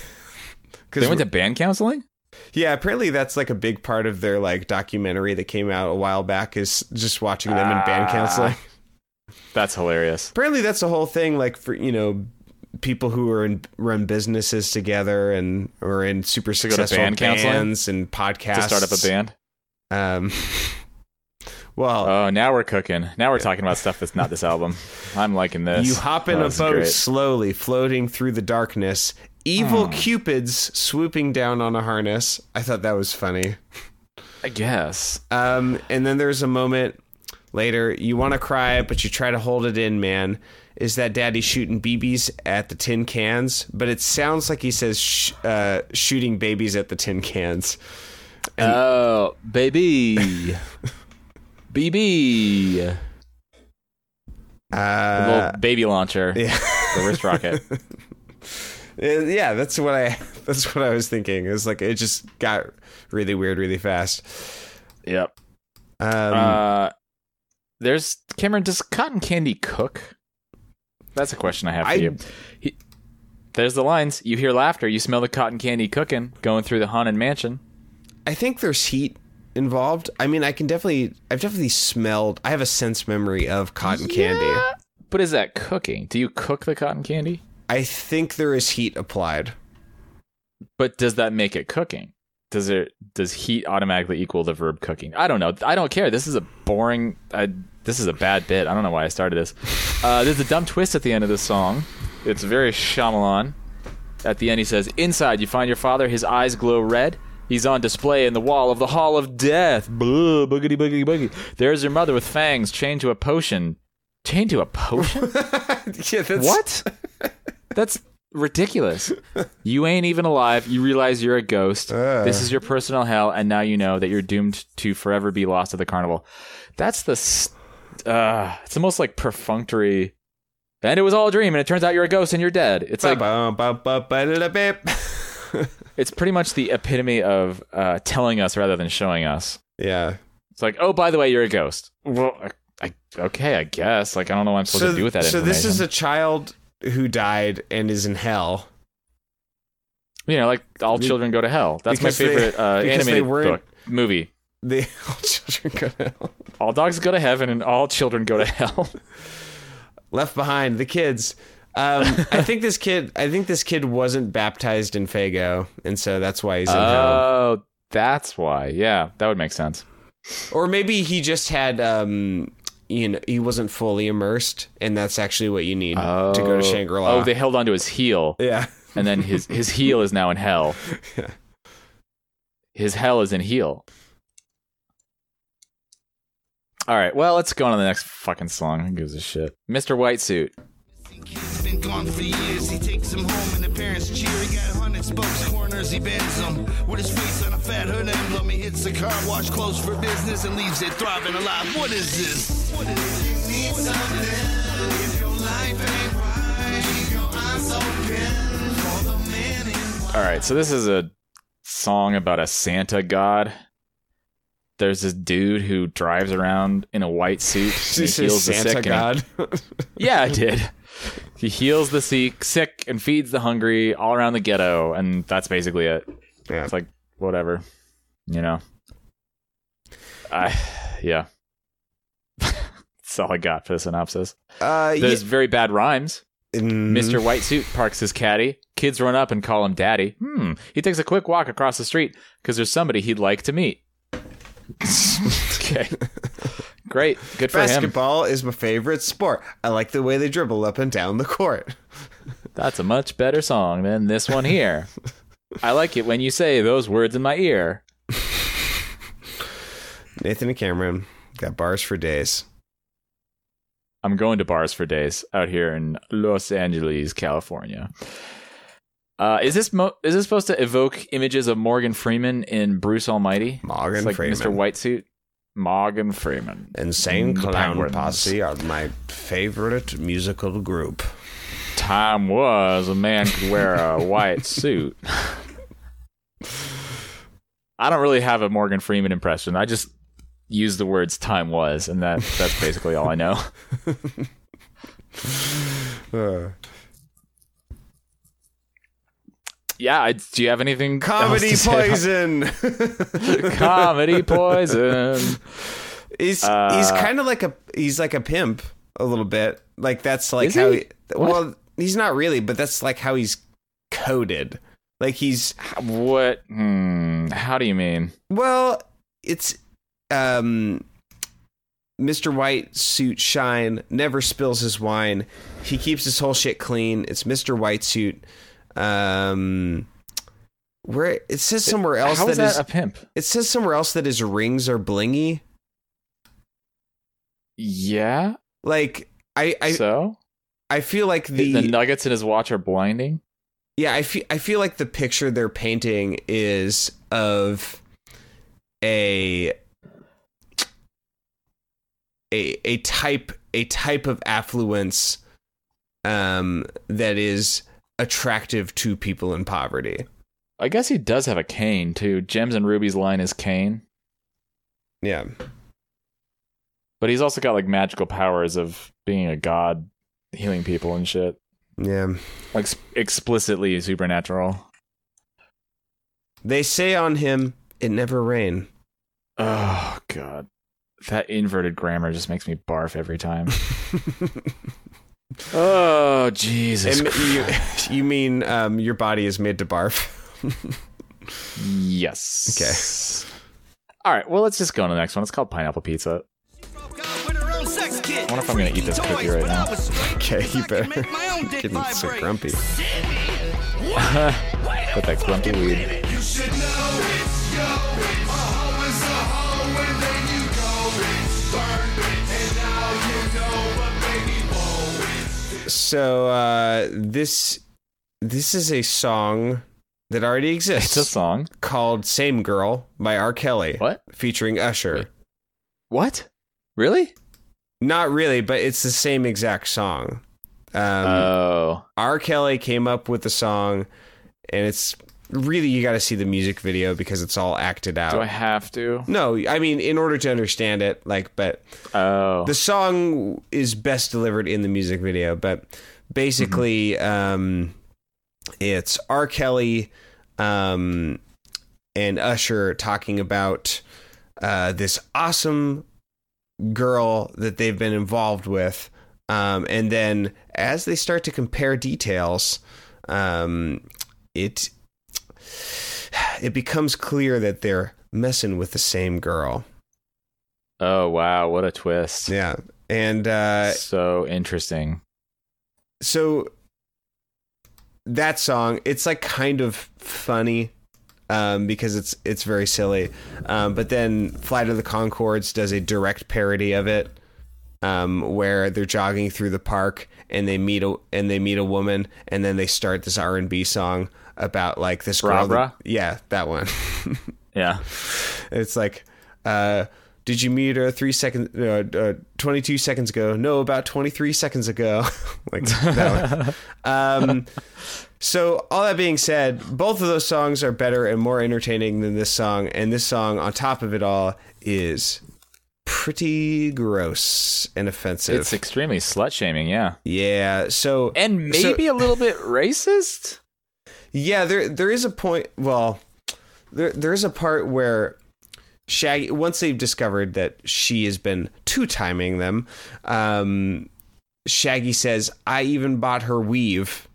Because went to band counseling? Yeah, apparently that's like a big part of their like documentary that came out a while back is just watching them in band Ah. counseling. <laughs> That's hilarious. Apparently that's the whole thing like for, you know, people who are in run businesses together and or in super go to successful band counseling? bands and podcasts. To start up a band? Um <laughs> Well, Oh, now we're cooking. Now we're talking about stuff that's not this album. I'm liking this. You hop in Oh, a this is boat great. slowly, floating through the darkness. Evil cupids swooping down on a harness. I thought that was funny. I guess. Um, and then there's a moment later you want to cry, but you try to hold it in. Man, is that daddy shooting BBs at the tin cans? But it sounds like he says sh- uh, shooting babies at the tin cans. Oh, baby. <laughs> BB. Uh, Little baby launcher. yeah. The <laughs> wrist rocket. Uh, yeah, that's what I <laughs> that's what I was thinking. It was like it just got really weird really fast. yep. Um, Uh, there's Cameron. Does cotton candy cook? That's a question I have for I- you. He, there's the lines. You hear laughter. You smell the cotton candy cooking, going through the haunted mansion. I think there's heat involved. I mean, I can definitely I've definitely smelled. I have a sense memory of cotton candy. But is that cooking? Do you cook the cotton candy? I think there is heat applied. <laughs> But does that make it cooking? Does it? Does heat automatically equal the verb cooking? I don't know. I don't care. This is a boring. I, this is a bad bit. I don't know why I started this. Uh, there's a dumb twist at the end of this song. It's very Shyamalan. At the end, he says, "Inside, you find your father. His eyes glow red. He's on display in the wall of the Hall of Death. Blah, boogity boogity boogie. There's your mother with fangs, chained to a potion. Chained to a potion? Yeah, that's <laughs> What? That's ridiculous. You ain't even alive. You realize you're a ghost. Ah. This is your personal hell, and now you know that you're doomed to forever be lost at the carnival. That's the. s uh, it's the most like perfunctory. And it was all a dream, and it turns out you're a ghost and you're dead. It's like it's pretty much the epitome of uh, telling us rather than showing us. yeah. It's like, oh, by the way, you're a ghost. Well, I, I, okay, I guess. Like, I don't know what I'm supposed So, to do with that. so this is information. a child who died and is in hell. <laughs> You know, like all children go to hell. That's my Because they- favorite uh, because they animated weren't- book movie. The all children go to hell. All dogs go to heaven, and all children go to <laughs> hell. Left behind the kids. Um, I think this kid. I think this kid wasn't baptized in Fago, and so that's why he's in hell. oh, that's why. Yeah, that would make sense. Or maybe he just had. Um, you know, he wasn't fully immersed, and that's actually what you need to go to Shangri La. Oh, they held onto his heel, <laughs> yeah. and then his his heel is now <laughs> in hell. His hell is in heel. All right. Well, let's go on to the next fucking song. Who gives a shit? Mr. White Suit. He's been gone for years. He takes him home and the parents cheer. He got hundred spokes, corners, he bends them. With his face on a fat hood emblem, he hits the car wash clothes for business and leaves it thriving alive. What is this? What is this? You need something if your life ain't right. Keep your eyes open for the man in All right, so this is a song about a Santa god. There's this dude who drives around in a white suit. <laughs> and This is the Santa sick God. And, <laughs> yeah, I did. He heals the sick, sick and feeds the hungry all around the ghetto, and that's basically it. Yeah. It's like whatever, you know. I yeah. <laughs> that's all I got for the synopsis. <laughs> Uh, yeah. There's very bad rhymes. Mm, Mr. White Suit parks his caddy. Kids run up and call him daddy. Hmm. He takes a quick walk across the street because there's somebody he'd like <laughs> to meet. okay. Great. Good for him. Basketball is my favorite sport. I like the way they dribble up and down the court. That's a much better song than this one here. I like it when you say those words in my ear. Nathan and Cameron got bars for days. I'm going to bars for days out here in Los Angeles, California. Uh, is this mo- is this supposed to evoke images of Morgan Freeman in Bruce Almighty? Morgan It's like Freeman. Mr. White Suit. Morgan Freeman. Insane The Clown Penguins. Posse are my favorite musical group. Time was a man could wear <laughs> a white suit. I don't really have a Morgan Freeman impression. I just use the words "time was," and that that's basically all I know. Uh, <laughs> Yeah. I, do you have anything? else comedy to say about- poison. <laughs> <laughs> Comedy poison. he's he's Uh, kind of like a he's like a pimp a little bit. Like that's like Is how he? he, well he's not really, but that's like how he's coded. Like he's What? Hmm, how do you mean? Well, it's um Mr. White suit shine never spills his wine. He keeps his whole shit clean. It's Mr. White suit. Um Where it says somewhere else How is that that is, a pimp? it says somewhere else that his rings are blingy. Yeah. Like I I, so I feel like the, the, nuggets in his watch are blinding. yeah I feel I feel like the picture they're painting is of a a a type a type of affluence um that is attractive to people in poverty. I guess he does have a cane too. Gems and rubies line is cane, Yeah. but he's also got like magical powers of being a god, healing people and shit. Yeah. Like s- explicitly supernatural. They say on him, it never rain. Oh god. That inverted grammar just makes me barf every <laughs> time. oh Jesus! And you, Christ. you mean um, your body is made to barf? Yes. Okay. All right. Well, let's just go on to the next one. It's called pineapple <laughs> pizza. I wonder if I'm gonna eat this cookie right now. Okay, you <laughs> better. Getting so grumpy. Put that grumpy weed. You should know it's yo. A hoe is a hoe, and then you go. It's burn, and now you know. But baby, whoa, So uh, this this is a song that already It's exists a song. called "Same Girl" by R. Kelly, What? featuring Usher. What? Really? Not really, but it's the same exact song. Um, oh. R. Kelly came up with the song, and it's really you got to see the music video because it's all acted out. Do I have to? No, I mean in order to understand it, like, but Oh. the song is best delivered in the music video. But basically, um, it's R. Kelly um, and Usher talking about uh, this awesome girl that they've been involved with, um, and then as they start to compare details, um, it it becomes clear that they're messing with the same girl. oh wow! What a twist. Yeah. And uh, so interesting. so that song, it's like kind of funny um, because it's it's very silly. Um, but then Flight of the Concords does a direct parody of it um, where they're jogging through the park and they meet a and they meet a woman and then they start this R and B song about like this girl. that- Bra-bra? yeah, that one. <laughs> Yeah. It's like, uh, did you meet her three seconds, uh, uh, 22 seconds ago? No, about 23 seconds ago. <laughs> like that one. Um, so all that being said, both of those songs are better and more entertaining than this song. And this song on top of it all is pretty gross and offensive. It's extremely slut shaming. Yeah. yeah. So, And so- maybe a little bit racist. Yeah, there there is a point. Well, there there is a part where Shaggy once they've discovered that she has been two timing them. Um, Shaggy says, "I even bought her weave.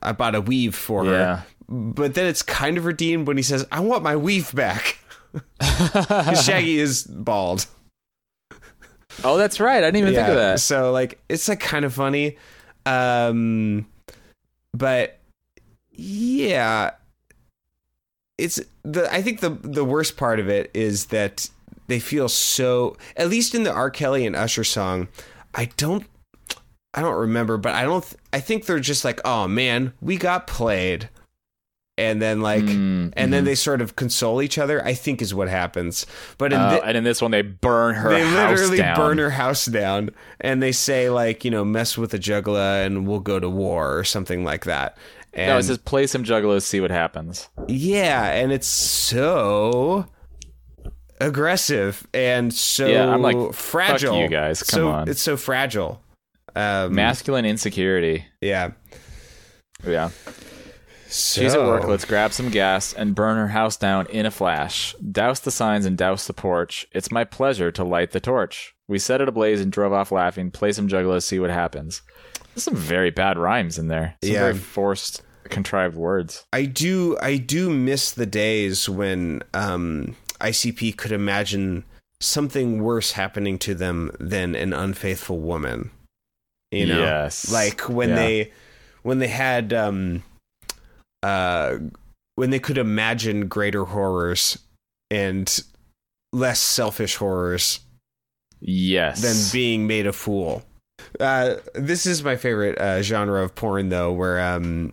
I bought a weave for her." But then it's kind of redeemed when he says, "I want my weave back." <laughs> <laughs> 'Cause Shaggy is bald. Oh, that's right. I didn't even think of that. So like it's like kind of funny. Um but yeah. It's the I think the the worst part of it is that they feel so at least in the R. Kelly and Usher song, I don't I don't remember, but I don't th- I think they're just like, oh man, we got played. And then like Mm, and then mhm. they sort of console each other, I think is what happens. But in Uh, thi- and in this one, they burn her. they house literally down. burn her house down and they say like you know mess with a juggler and we'll go to war or something like that and No, it says play some juggalos, see what happens. yeah and it's so aggressive and so Yeah, I'm like, fuck fragile you guys, come So- on. it's so fragile um Masculine insecurity. yeah Yeah. so, She's at work. Let's grab some gas and burn her house down in a flash. Douse the signs and douse the porch. It's my pleasure to light the torch. We set it ablaze and drove off laughing. Play some juggalos, see what happens. There's some very bad rhymes in there. Some Yeah. very forced, contrived words. I do I do miss the days when um, ICP could imagine something worse happening to them than an unfaithful woman. You know, Yes. like when Yeah. they when they had um, uh, when they could imagine greater horrors and less selfish horrors Yes. than being made a fool. Uh, this is my favorite uh, genre of porn, though, where <laughs> um,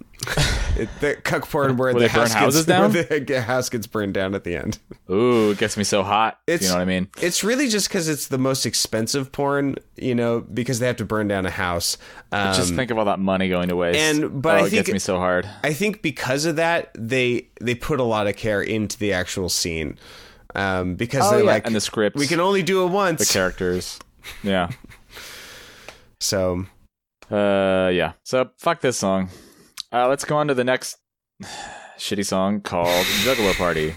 it, the cuck porn where, Where the they burn house houses gets, <laughs> where down? the house gets burned down at the end. Ooh, it gets me so hot. It's- you know what I mean? It's really just because it's the most expensive porn, you know, because they have to burn down a house. Um, Just think of all that money going to waste. and- but oh, I it think- gets me so hard. I think because of that, they they put a lot of care into the actual scene um, because they're like, Oh, and the scripts, we can only do it the once. characters. Yeah. so Uh, yeah. So fuck this song. Uh, let's go on to the next <sighs> shitty <laughs> song called Juggalo Party.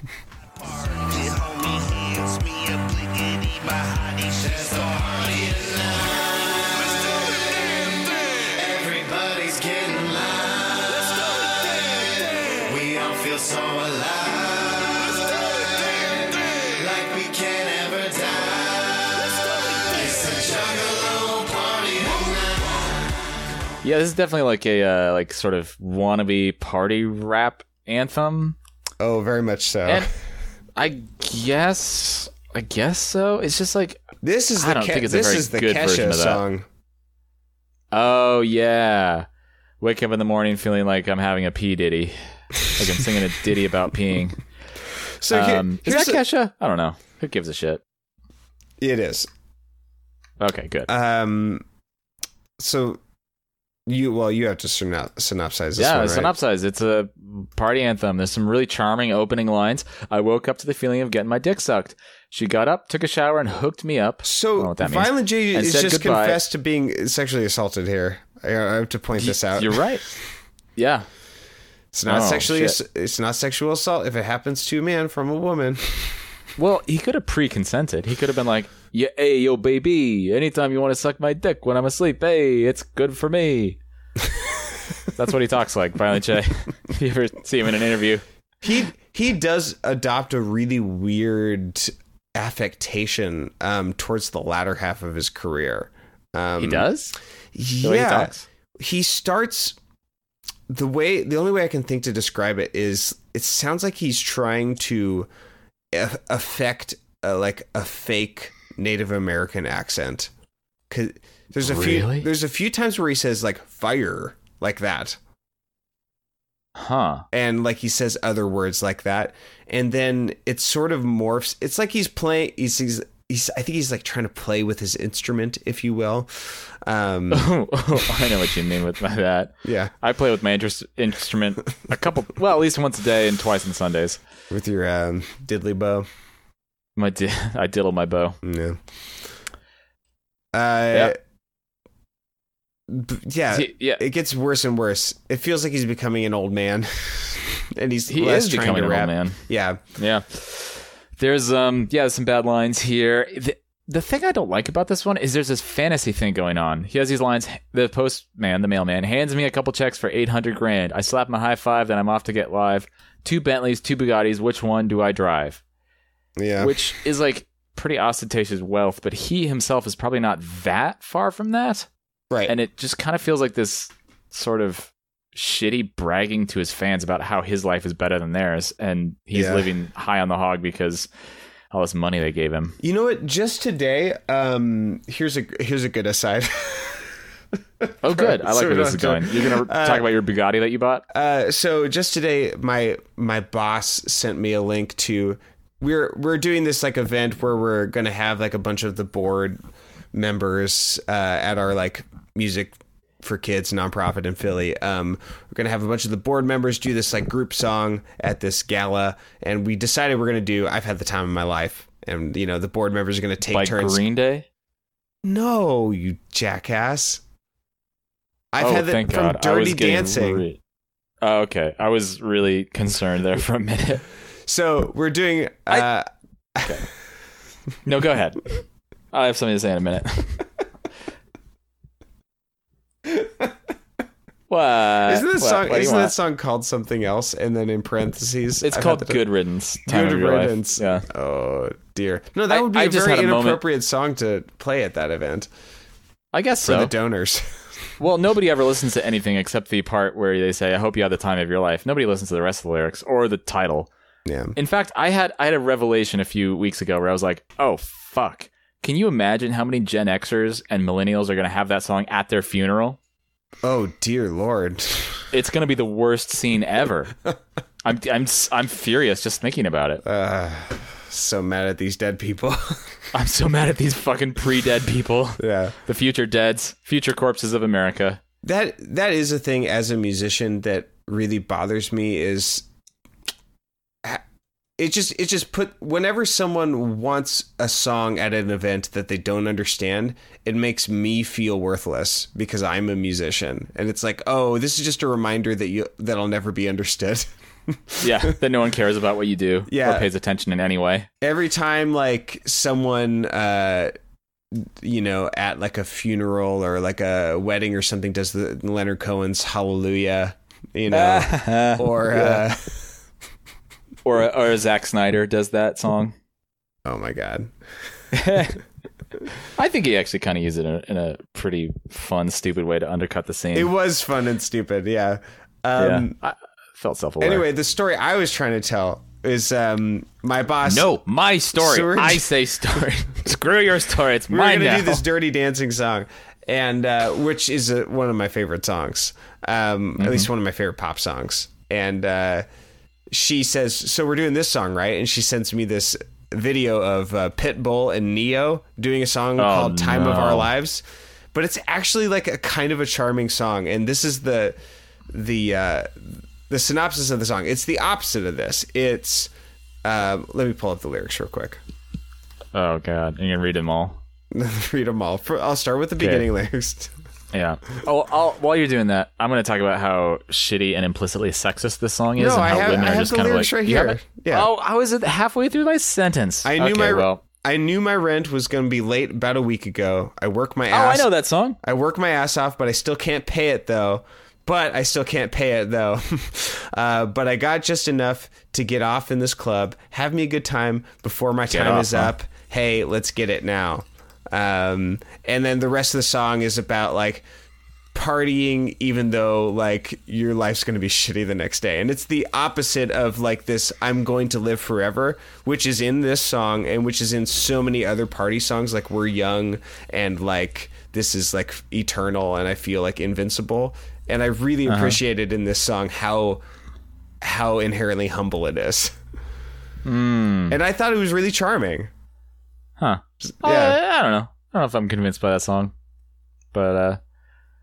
Everybody's getting live. We all feel so alive. Like we can't ever die. It's a juggalo party tonight. yeah, this is definitely like a uh, like sort of wannabe party rap anthem. oh, very much so. And I guess, I guess so. It's just like, this is I the don't Ke- think it's a this very is the good version Kesha of that. song. oh yeah, wake up in the morning feeling like I'm having a pee ditty, like I'm singing a ditty about peeing. <laughs> So here- um, is here's that Kesha? I don't know. Who gives a shit? a, it is. Okay, good. Um, so you well, you have to syno- synopsize this yeah, one, it's right? an upsize. It's a party anthem. There's some really charming opening lines. I woke up to the feeling of getting my dick sucked. She got up, took a shower, and hooked me up. I don't know so what that means. Violent J And is said just goodbye. confessed to being sexually assaulted here. I I have to point this out. You're right. Yeah. It's not Oh, sexually. shit. It's not sexual assault if it happens to a man from a woman. <laughs> Well, he could have pre-consented. He could have been like, "Yeah, hey, yo, baby, anytime you want to suck my dick when I'm asleep, hey, it's good <laughs> for me." That's what he talks like, Violent J. <laughs> if you ever see him in an interview, He he does adopt a really weird affectation um, towards the latter half of his career. Um, he does. The Yeah, way he talks. he starts the way the only way I can think to describe it is it sounds like he's trying to a- affect uh like a fake Native American accent. 'Cause there's a Really? few there's a few times where he says like fire like that Huh. <laughs> and like he says other words like that and then it sort of morphs it's like he's playing he's, he's he's i think he's like trying to play with his instrument if you will <laughs> um I know what you mean with by that. yeah I play with my interest, instrument a couple, well, at least once a day and twice on Sundays. with your um diddly bow My di- <laughs> I diddle my bow. No. Uh, Yep. b- yeah. He- yeah, It gets worse and worse. It feels like he's becoming an old man, <laughs> and he's he less is trying becoming to an rap. old man. Yeah, Yeah, there's um, yeah, some bad lines here. The, the thing I don't like about this one is there's this fantasy thing going on. He has these lines. The postman, the mailman, hands me a couple checks for eight hundred grand. I slap my high five, then I'm off to get live. Two Bentleys, two Bugattis. Which one do I drive? yeah. Which is like pretty ostentatious wealth, but he himself is probably not that far from that. right. and it just kind of feels like this sort of shitty bragging to his fans about how his life is better than theirs and he's Yeah. living high on the hog because all this money they gave him you know what? Just today, um, here's a here's a good aside. <laughs> oh good i like So where this not is to- going you're gonna Uh, talk about your bugatti that you bought Uh, so just today, my my boss sent me a link to we're we're doing this like event where we're gonna have like a bunch of the board members uh, at our like music for kids nonprofit in Philly. Um, we're gonna have a bunch of the board members do this like group song at this gala, and we decided we're gonna do "I've Had the Time of My Life," and you know the board members are gonna take like turns. green day No, you jackass. I've oh had thank that from god I Dirty was getting Dancing. re- oh, okay i was really concerned there for a minute <laughs> So we're doing. I- Uh, no go ahead i have something to say in <laughs> a minute what Isn't that uh, What- song? what do you Isn't want? that song called something else? And then in parentheses, It's I've called had the- Good Riddance. Time Good of Your Life. Riddance. Yeah. Oh dear, no, that I- would be a I just very had a moment- inappropriate song to play at that event I guess for the so. donors. <laughs> Well, nobody ever listens to anything except the part where they say, "I hope you had the time of your life." Nobody listens to the rest of the lyrics or the title. Yeah. In fact, I had I had a revelation a few weeks ago where I was like, "Oh fuck." Can you imagine how many Gen Xers and millennials are going to have that song at their funeral? Oh dear lord. <laughs> It's going to be the worst scene <laughs> ever. I'm I'm s- I'm furious just thinking about it. So mad at these dead people. <laughs> I'm so mad at these fucking pre-dead people. yeah. The future deads, future corpses of America. that that is a thing as a musician that really bothers me is it just it just put whenever someone wants a song at an event that they don't understand it makes me feel worthless because i'm a musician and it's like oh this is just a reminder that you that i'll never be understood <laughs> Yeah, that no one cares about what you do Yeah. or pays attention in any <laughs> way. every time like someone uh you know at like a funeral or like a wedding or something does the leonard cohen's hallelujah you <laughs> know <laughs> or uh or or Zack Snyder does <laughs> that song. Oh my god. I think he actually kind of used it in a, in a pretty fun, stupid way to undercut the scene. It was fun and stupid, yeah. Um yeah, I felt self-aware. anyway, the story I was trying to tell is um my boss no, my story. So we're- I say story. <laughs> Screw your story. It's we were mine gonna now. do this dirty dancing song. And uh, which is uh one of my favorite songs, um, at least one of my favorite pop songs. And uh, she says, "So we're doing this song, right?" And she sends me this video of uh, Pitbull and Neo doing a song called "Time of Our no. Lives," but it's actually like a kind of a charming song. And this is the the uh, the synopsis of the song. It's the opposite of this. It's um, let me pull up the lyrics real quick. <laughs> oh god, you can read them all. Read them all. For- I'll start with the beginning lyrics. Yeah. Oh, I'll, while you're doing that, I'm going to talk about how shitty and implicitly sexist this song is, No, and I how have- women I are have just the kind of like. lyrics right You have here. it? Yeah. Oh, I was at halfway through my sentence. I knew Okay, my Well, I knew my rent was going to be late about a week ago. I work my oh, I ass. know that song. I work my ass off, but I still can't pay it though. But I still can't pay it though. <laughs> uh, but I got just enough to get off in this club, have me a good time before my time off, is huh? up. Hey, let's get it now. Um, and then the rest of the song is about like partying even though like your life's going to be shitty the next day and it's the opposite of like this i'm going to live forever which is in this song and which is in so many other party songs like we're young and like this is like eternal and i feel like invincible and i really appreciated in this song how how inherently humble it is and i thought it was really charming Hmm. Huh. Uh, yeah. I, I don't know. I don't know if I'm convinced by that song, but uh,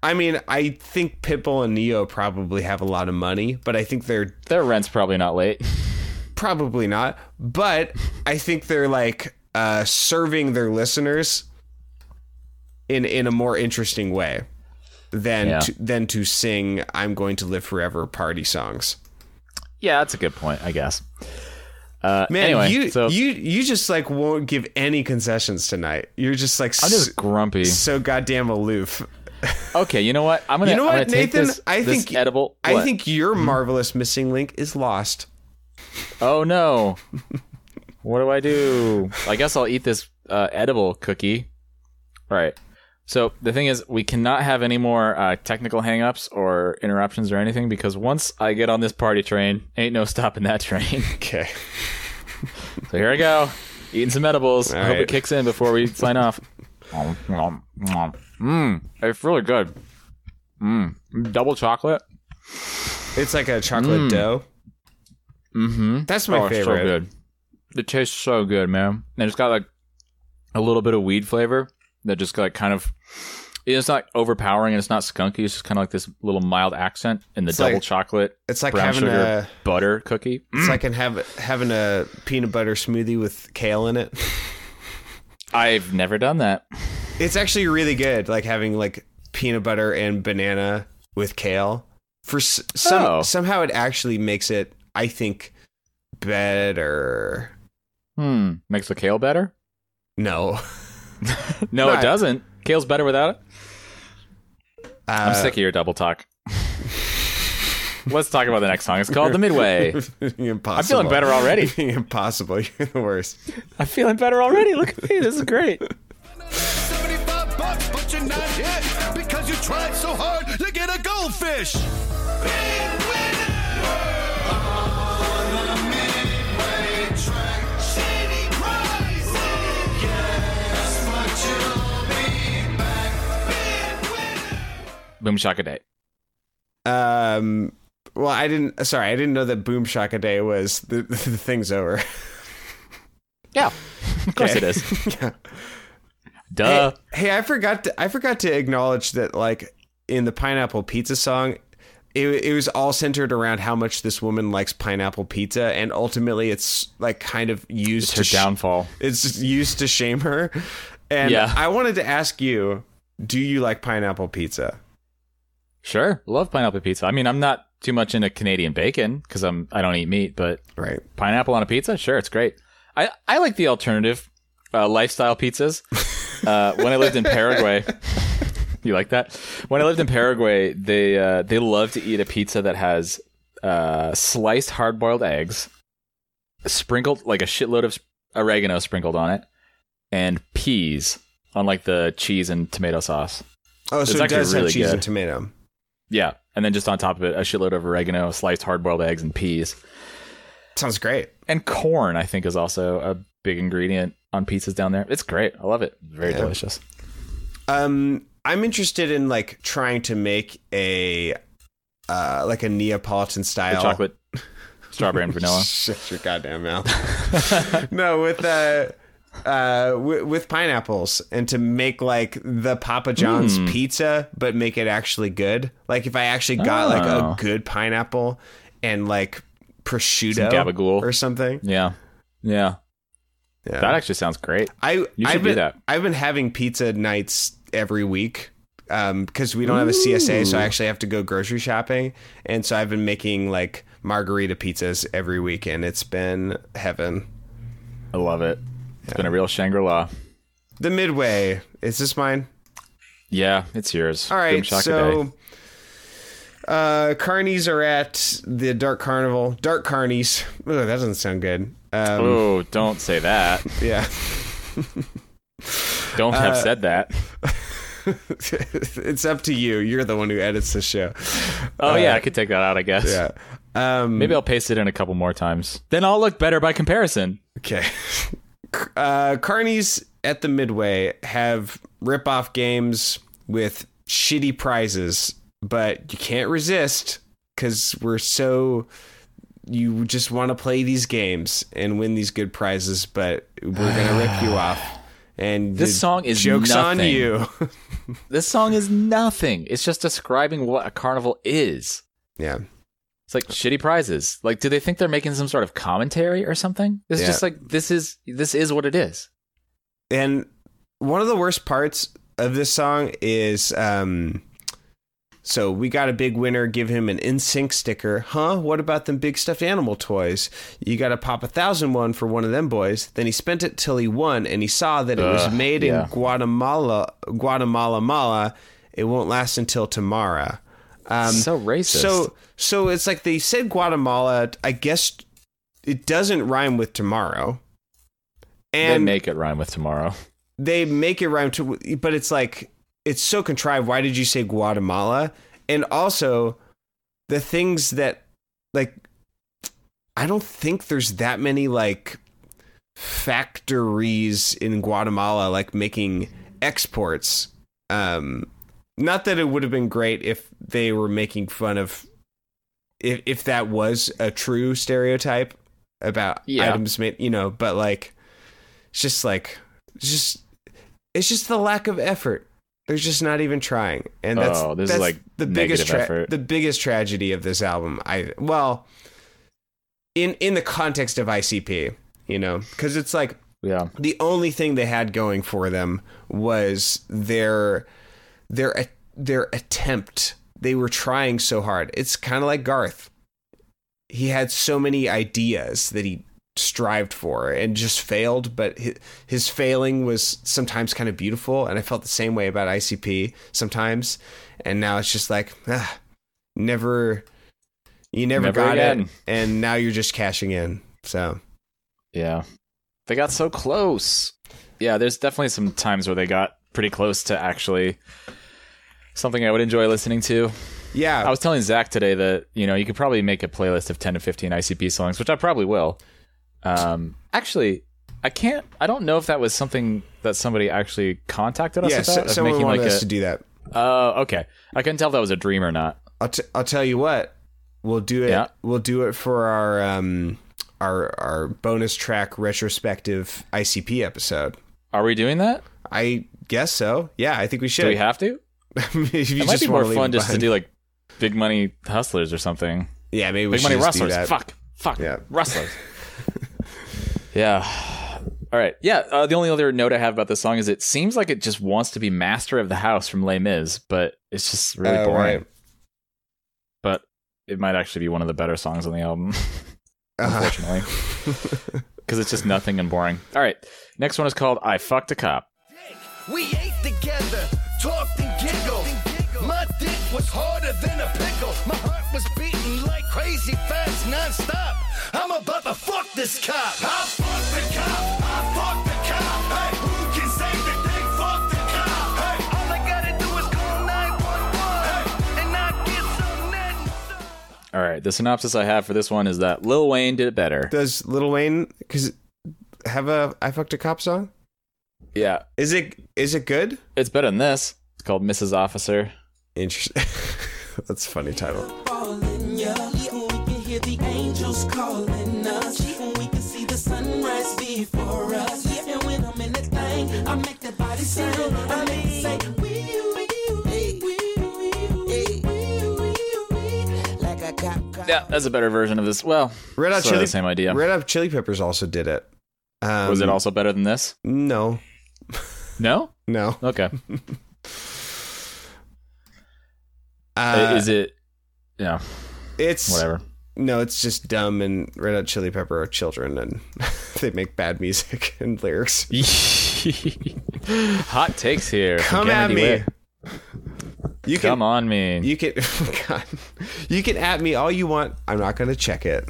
i mean i think pitbull and neo probably have a lot of money but i think they're their rent's probably not late. <laughs> probably not but i think they're like uh serving their listeners in in a more interesting way than Yeah. to, than to sing i'm going to live forever party songs yeah, that's a good point, I guess. Uh, man anyway, you so you you just like won't give any concessions tonight you're just like I'm s- just grumpy. so goddamn aloof Okay, you know what? I'm gonna. you know I'm gonna what take nathan this- i this think edible. i what? Mm-hmm. think your marvelous missing link is lost Oh no. what do I do? I guess I'll eat this uh, edible cookie. All right. So the thing is, we cannot have any more uh, technical hangups or interruptions or anything because once I get on this party train, ain't no stopping that train. <laughs> okay so here I go, eating some edibles. I hope right. it kicks in before we sign off. Mmm, it's really good. Mmm, double chocolate. it's like a chocolate dough mm-hmm that's my Mm. oh, it's favorite so good. It tastes so good, man. And it's got like a little bit of weed flavor that just like kind of it's not overpowering and it's not skunky. It's just kind of like this little mild accent in the like- Mm. double chocolate it's like brown having sugar a butter cookie. It's like in have, having a peanut butter smoothie with kale in it. I've never done that. It's actually really good, like having like peanut butter and banana with kale. For s- some Oh. somehow it actually makes it, I think, better. Hmm. Makes the kale <laughs> better? No, <laughs> No, No, it I- doesn't. Kale's better without it. I'm uh, sick of your <laughs> double talk. Let's talk about the next song. It's called <laughs> The Midway. Uh, impossible. I'm feeling better already. <laughs> impossible. You're the worst. <laughs> I'm feeling better already. Look at me. This is great. 75 bucks, but but you're not hit because you tried so hard to get a goldfish. Big winner. On the midway track, shady prizes. Yes, but you'll be back. Big winner. Boom Shaka Day. Um, well, I didn't. Sorry, I didn't know that Boom Shaka Day was the, <laughs> the thing's over. Yeah, of course it is. yeah. Duh. Hey, hey, I forgot to I forgot to acknowledge that like in the pineapple pizza song, it it was all centered around how much this woman likes pineapple pizza, and ultimately it's like kind of used it's to her sh- downfall. it's used to shame her. And Yeah. I wanted to ask you, do you like pineapple pizza? Sure, love pineapple pizza. I mean, I'm not too much into Canadian bacon because I'm I don't eat meat, but Right. pineapple on a pizza, sure, it's great. I I like the alternative uh, lifestyle pizzas. Uh, when I lived in Paraguay, <laughs> you like that? When I lived in Paraguay, they uh, they love to eat a pizza that has uh, sliced hard boiled eggs, sprinkled like a shitload of oregano sprinkled on it, and peas on like the cheese and tomato sauce. Oh, so It's it actually does have really cheese good. and tomato. Yeah, and then just on top of it, a shitload of oregano, sliced hard-boiled eggs, and peas, Sounds great. and corn. I think is also a big ingredient on pizzas down there. It's great. I love it. Very Yeah. delicious. Um, I'm interested in like trying to make a uh like a Neapolitan The style chocolate, strawberry, and <laughs> vanilla. Shut your goddamn mouth. <laughs> no, with uh, uh, wi with pineapples, and to make like the Papa John's Hmm. pizza, but make it actually good. Like if I actually got like Oh. a good pineapple and like prosciutto Some gabagool. or something. Yeah, yeah. Yeah. That actually sounds great. I You should I've do been, that. I've been having pizza nights every week because we don't have a CSA, so I actually have to go grocery shopping, and so I've been making like margarita pizzas every week, and it's been heaven. I love it. It's been a real Shangri-La. The midway is this mine? Yeah, it's yours. All right, Boomshaka Day. so uh, carnies are at the Dark Carnival. Dark carnies. Ugh, that doesn't sound good. <laughs> Um, oh, don't say that. yeah, <laughs> Don't have said that. it's up to you. You're the one who edits the show. Oh yeah, I could take that out. I guess. Yeah. Um, Maybe I'll paste it in a couple more times. Then I'll look better by comparison. Okay. <laughs> Uh, carnies at the Midway have rip-off games with shitty prizes, but you can't resist because we're so. You just want to play these games and win these good prizes, but we're gonna rip you <sighs> off. And This the song is jokes on nothing. you. <laughs> This song is nothing. It's just describing what a carnival is. yeah, It's like shitty prizes. Like, do they think they're making some sort of commentary or something? This Yeah. is just like this is this is what it is. and one of the worst parts of this song is um so we got a big winner give him an insync sticker huh what about them big stuffed animal toys you gotta pop a thousand one for one of them boys then he spent it till he won and he saw that it was Ugh, made yeah. in guatemala guatemala mala it won't last until tomorrow um, so racist. so so it's like they said Guatemala. I guess it doesn't rhyme with tomorrow. they And make it rhyme with tomorrow. <laughs> they make it rhyme to but it's like it's so contrived why did you say guatemala and also the things that like i don't think there's that many like factories in guatemala like making exports um not that it would have been great if they were making fun of if if that was a true stereotype about Yeah. items made you know but like it's just like it's just it's just the lack of effort they're just not even trying and that's Oh, this is, that's like, the biggest negative effort. the biggest tragedy of this album i well in in the context of icp you know because it's like Yeah. the only thing they had going for them was their their their attempt. They were trying so hard. It's kind of like Garth. He had so many ideas that he strived for and just failed, but hi- his failing was sometimes kind of beautiful. And I felt the same way about ICP sometimes. And now it's just like, ah, never, you never, Never got it. again. And now you're just cashing in. So, Yeah. They got so close. Yeah, there's definitely some times where they got pretty close to actually something I would enjoy listening to. Yeah. I was telling Zach today that you know you could probably make a playlist of ten to fifteen ICP songs, which I probably will. Um, actually, I can't. I don't know if that was something that somebody actually contacted us yeah, so, about. of someone making wanted like us a- to do that. Oh, okay. I couldn't tell if that was a dream or not. I'll, t- I'll tell you what. We'll do it. Yeah. We'll do it for our um our our bonus track retrospective ICP episode. Are we doing that? I guess so. Yeah, I think we should. Do <laughs> we have to? if you It might just be more wanna leave fun it just to behind. do like big money hustlers or something. Yeah, maybe we Big should money just do rustlers. that. Fuck. Fuck. Yeah. <laughs> Rustlers. yeah. All right. Yeah. Uh, the only other note I have about this song is it seems like it just wants to be master of the house from Les Mis, but it's just really Oh, boring. right. But it might actually be one of the better songs on the album, <laughs> Uh-huh. <laughs> unfortunately, because it's just nothing and boring. All right. Next one is called "I Fucked a Cop." We ate together, talked and giggled. My dick was harder than a pickle. My heart was beating like crazy fast, nonstop. I'm about to fuck this cop. I fucked the cop. I fucked the cop. Hey, who can say that they fucked the cop? Hey, all I gotta do is call 911 and I get some net. All right. The synopsis I have for this one is that Lil Wayne did it better. Does Lil Wayne cause have a I fucked a cop song? Yeah. Is it is it good? It's better than this. It's called Mrs. Officer. Interesting. <laughs> That's a funny title. falling, yeah. When we can hear the angels calling us, when we can see the sunrise before us, and when I'm in the thing, I make that body sound. I make it say, we, we, we, we, we, we, we, we, like a cop car. Yeah, that's a better version of this. Well, Red Hot sort of Chili the same idea. Red Hot Chili Peppers also did it. Um, was it also better than this? No, No. no. Okay. Uh, Is it? Yeah. It's <laughs> Whatever. No, it's just dumb and Red Hot Chili Pepper are children and <laughs> they make bad music <laughs> and lyrics. Hot takes here. from Come at Kennedy me. Witt. You can Come on me. you can <laughs> oh God, you can at me all you want. I'm not going to check it.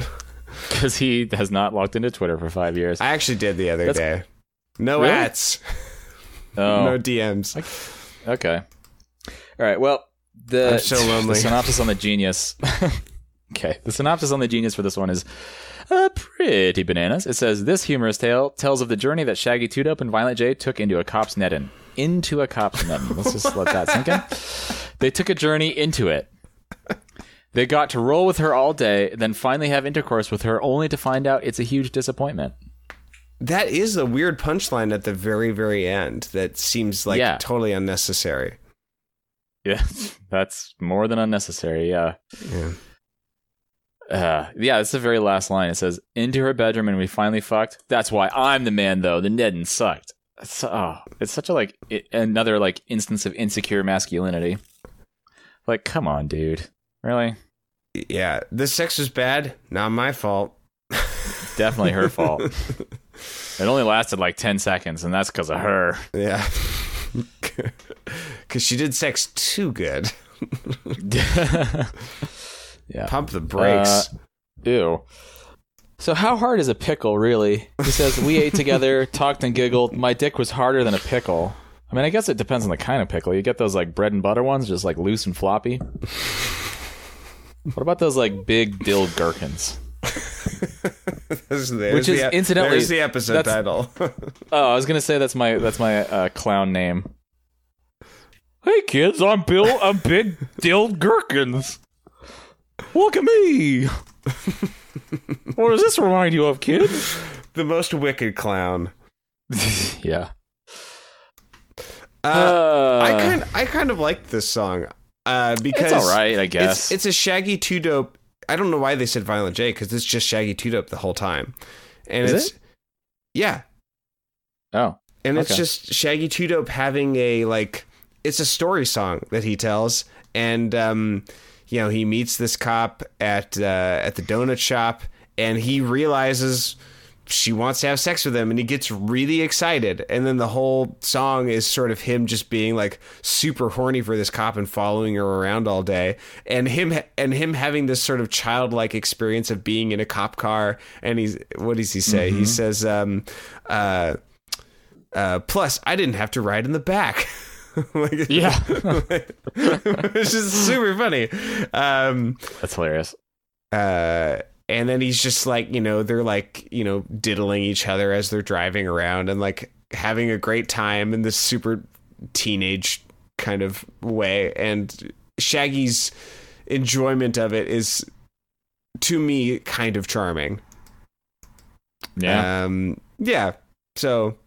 Because he has not logged into Twitter for five years. I actually did the other That's- day. No Really? ads, oh. no DMs. okay. All right. Well, the I'm so lonely. <laughs> the synopsis on the genius. <laughs> okay, the synopsis on the genius for this one is uh, pretty bananas. It says this humorous tale tells of the journey that Shaggy Two Dope and Violent J took into a cop's net in into a cop's net. in. Let's just let that sink in. <laughs> They took a journey into it. They got to roll with her all day, then finally have intercourse with her, only to find out it's a huge disappointment. That is a weird punchline at the very very end that seems like Yeah. totally unnecessary. Yeah, <laughs> that's more than unnecessary. Yeah. Uh, yeah, that's the very last line. It says, "Into her bedroom, and we finally fucked." That's why I'm the man, though. The Nedden sucked. It's, oh, it's such a like i another like instance of insecure masculinity. Like, come on, dude. Really? Yeah, the sex was bad. Not my fault. Definitely her fault. It only lasted like ten seconds, and that's because of her. <laughs> Yeah. <laughs> Cuz she did sex too good. yeah. Pump the brakes. Uh, Ew. So how hard is a pickle really? He says we ate <laughs> together, talked and giggled. My dick was harder than a pickle. I mean, I guess it depends on the kind of pickle. You get those like bread and butter ones, just like loose and floppy. What about those like big dill gherkins? <laughs> There's- there's Which is the, incidentally- there's the episode that's- title. <laughs> Oh, I was gonna say that's my that's my uh, clown name. Hey kids, I'm Bill. I'm Big Dill Gherkins. Look at <laughs> me. what does this remind you of, kid? the most wicked clown. <laughs> yeah. Uh, I kind I kind of liked this song uh, because it's all right, I It's, guess. it's a Shaggy Two Dope. I don't know why they said Violent J because it's just Shaggy Two Dope the whole time, and Is it's it? yeah, oh, and it's Okay. just Shaggy Two Dope having a like it's a story song that he tells, and um, you know he meets this cop at uh, at the donut shop, and he realizes she wants to have sex with him, and he gets really excited, and then the whole song is sort of him just being like super horny for this cop and following her around all day, and him and him having this sort of childlike experience of being in a cop car, and he's what does he say? He says. Um, uh, Uh, plus, I didn't have to ride in the back. <laughs> like, Yeah. which is super funny. Um, That's hilarious. uh, and then he's just like, you know, they're like, you know, diddling each other as they're driving around and like having a great time in this super teenage kind of way. And Shaggy's enjoyment of it is, to me, kind of charming. Yeah. Um, yeah. So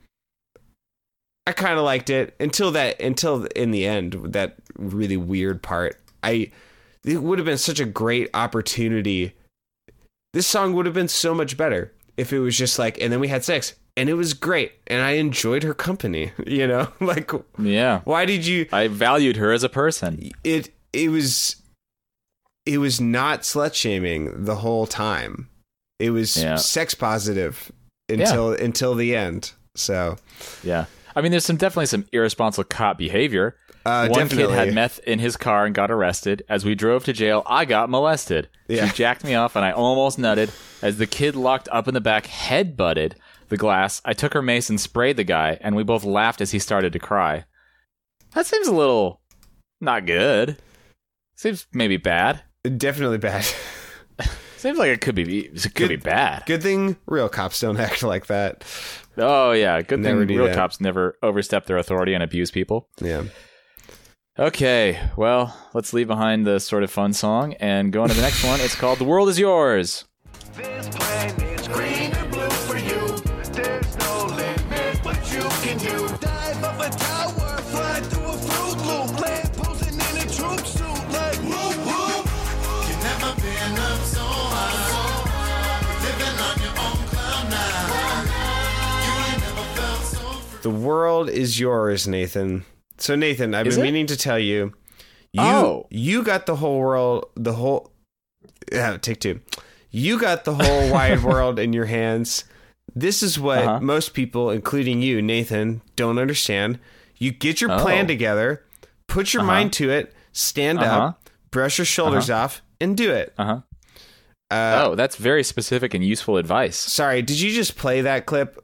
I kind of liked it until that until in the end that really weird part. I it would have been such a great opportunity. This song would have been so much better if it was just like and then we had sex and it was great and I enjoyed her company, <laughs> you know? Like yeah. why did you I valued her as a person. it it was it was not slut shaming the whole time. It was Yeah. sex positive until until the end. So Yeah. I mean, there's some definitely some irresponsible cop behavior. uh, One definitely, kid had meth in his car and got arrested. As we drove to jail, I got molested. Yeah. She jacked me off and I almost nutted. As the kid locked up in the back head butted the glass, I took her mace and sprayed the guy, and we both laughed as he started to cry. That seems a little not good. Seems maybe bad. definitely bad. <laughs> Seems like it could be it could be Good- bad. Good thing real cops don't act like that. Oh yeah, good Never thing do real that. cops never overstep their authority and abuse people. Yeah. Okay, well, let's leave behind the sort of fun song and go on to the next one. It's called "The World Is Yours." This plane is green and blue for you. There's no limit what you can do. Dive off a tower, fly through a fruit loop, land posing in a troop suit like whoop whoop. You never been up so high, living on your own cloud nine. You ain't never felt so free. The world is yours, Nathan. So Nathan, I've Is been it? meaning to tell you. You Oh. you got the whole world the whole uh, take two. You got the whole <laughs> wide world in your hands. This is what Uh-huh. most people, including you, Nathan, don't understand. You get your plan Oh. together, put your mind to it, stand Uh-huh. up, brush your shoulders off, and do it. Uh huh. Uh, Oh, that's very specific and useful advice. Sorry, did you just play that clip?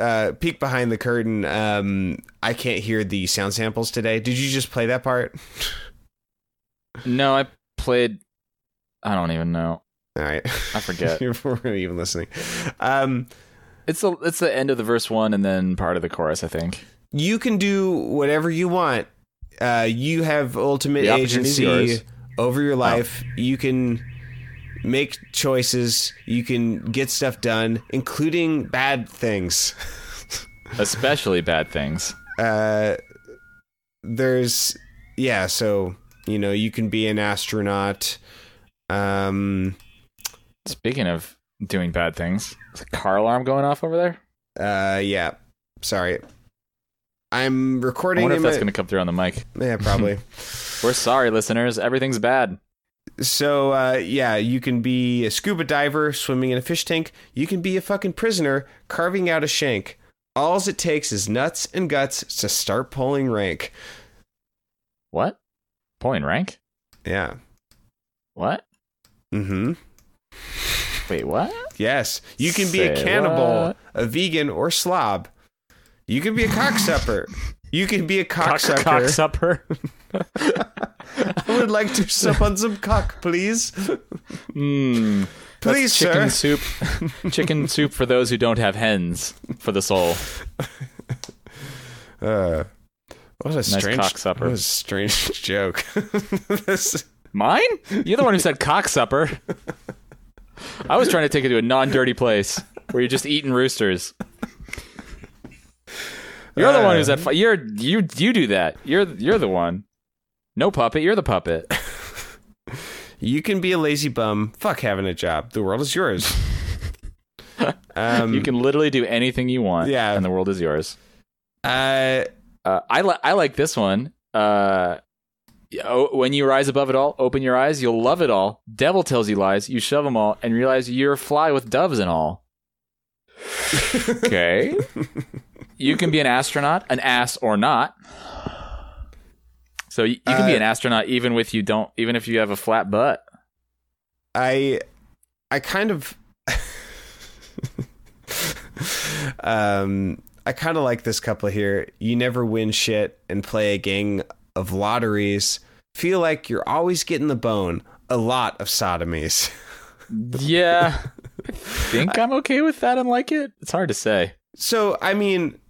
Uh, peek behind the curtain. Um, I can't hear the sound samples today. Did you just play that part? No, I played. I don't even know. All right, <laughs> I forget. you weren't even listening. Um, <laughs> It's the it's the end of the verse one and then part of the chorus. I think. you can do whatever you want. Uh, you have ultimate The opportunity's agency yours. over your life. You can make choices. You can get stuff done, including bad things. <laughs> Especially bad things. uh, there's yeah so you know you can be an astronaut um Speaking of doing bad things, is a car alarm going off over there? uh yeah sorry i'm I recording wonder if in that's my- going to come through on the mic. yeah probably <laughs> We're sorry, listeners. Everything's bad. so uh yeah you can be a scuba diver swimming in a fish tank you can be a fucking prisoner carving out a shank Alls it takes is nuts and guts to start pulling rank What? Pulling rank? yeah What? mm-hmm Wait, what? Yes, you can be a Say cannibal, what? a vegan, or slob. You can be a cocksupper. you can be a <laughs> cocksucker. Cock supper. I would like to sup on some cock, please. Mm, that's <laughs> Please, chicken sir. <laughs> soup. chicken soup for those who don't have hens for the soul. Uh, what a strange cocksupper. What a strange <laughs> joke. This- Mine? You're the one who said cock supper. I was trying to take it to a non-dirty place where you're just eating roosters. You're the one who's at Uh. fault. You're you you do that. You're you're the one. No puppet. You're the puppet. you can be a lazy bum. Fuck having a job. The world is <laughs> yours. um, You can literally do anything you want. Yeah. and the world is yours. Uh, Uh, I li- I like this one. Uh, oh, when you rise above it all, open your eyes. You'll love it all. Devil tells you lies. You shove them all and realize you're fly with doves and all. <laughs> okay. You can be an astronaut, an ass or not. So you, you can be an astronaut even with you don't even if you have a flat butt. I I kind of <laughs> um I kind of like this couple here. You never win shit and play a gang of lotteries. Feel like you're always getting the bone. A lot of sodomies. <laughs> Yeah. I think I'm okay with that and like it. It's hard to say. So, I mean,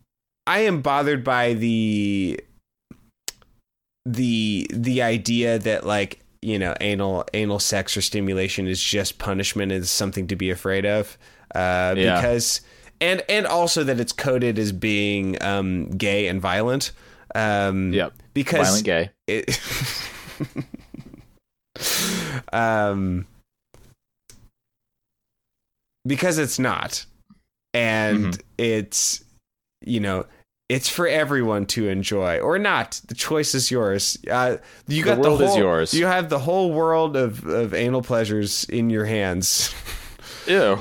I am bothered by the the the idea that like, you know, anal anal sex or stimulation is just punishment is something to be afraid of. Uh Yeah. because and and also that it's coded as being um gay and violent. Um Yep. because Violent gay. it <laughs> um because it's not and Mm-hmm. it's you know it's for everyone to enjoy or not the choice is yours uh, you The got world the is whole, yours. you have the whole world of, of anal pleasures in your hands Ew.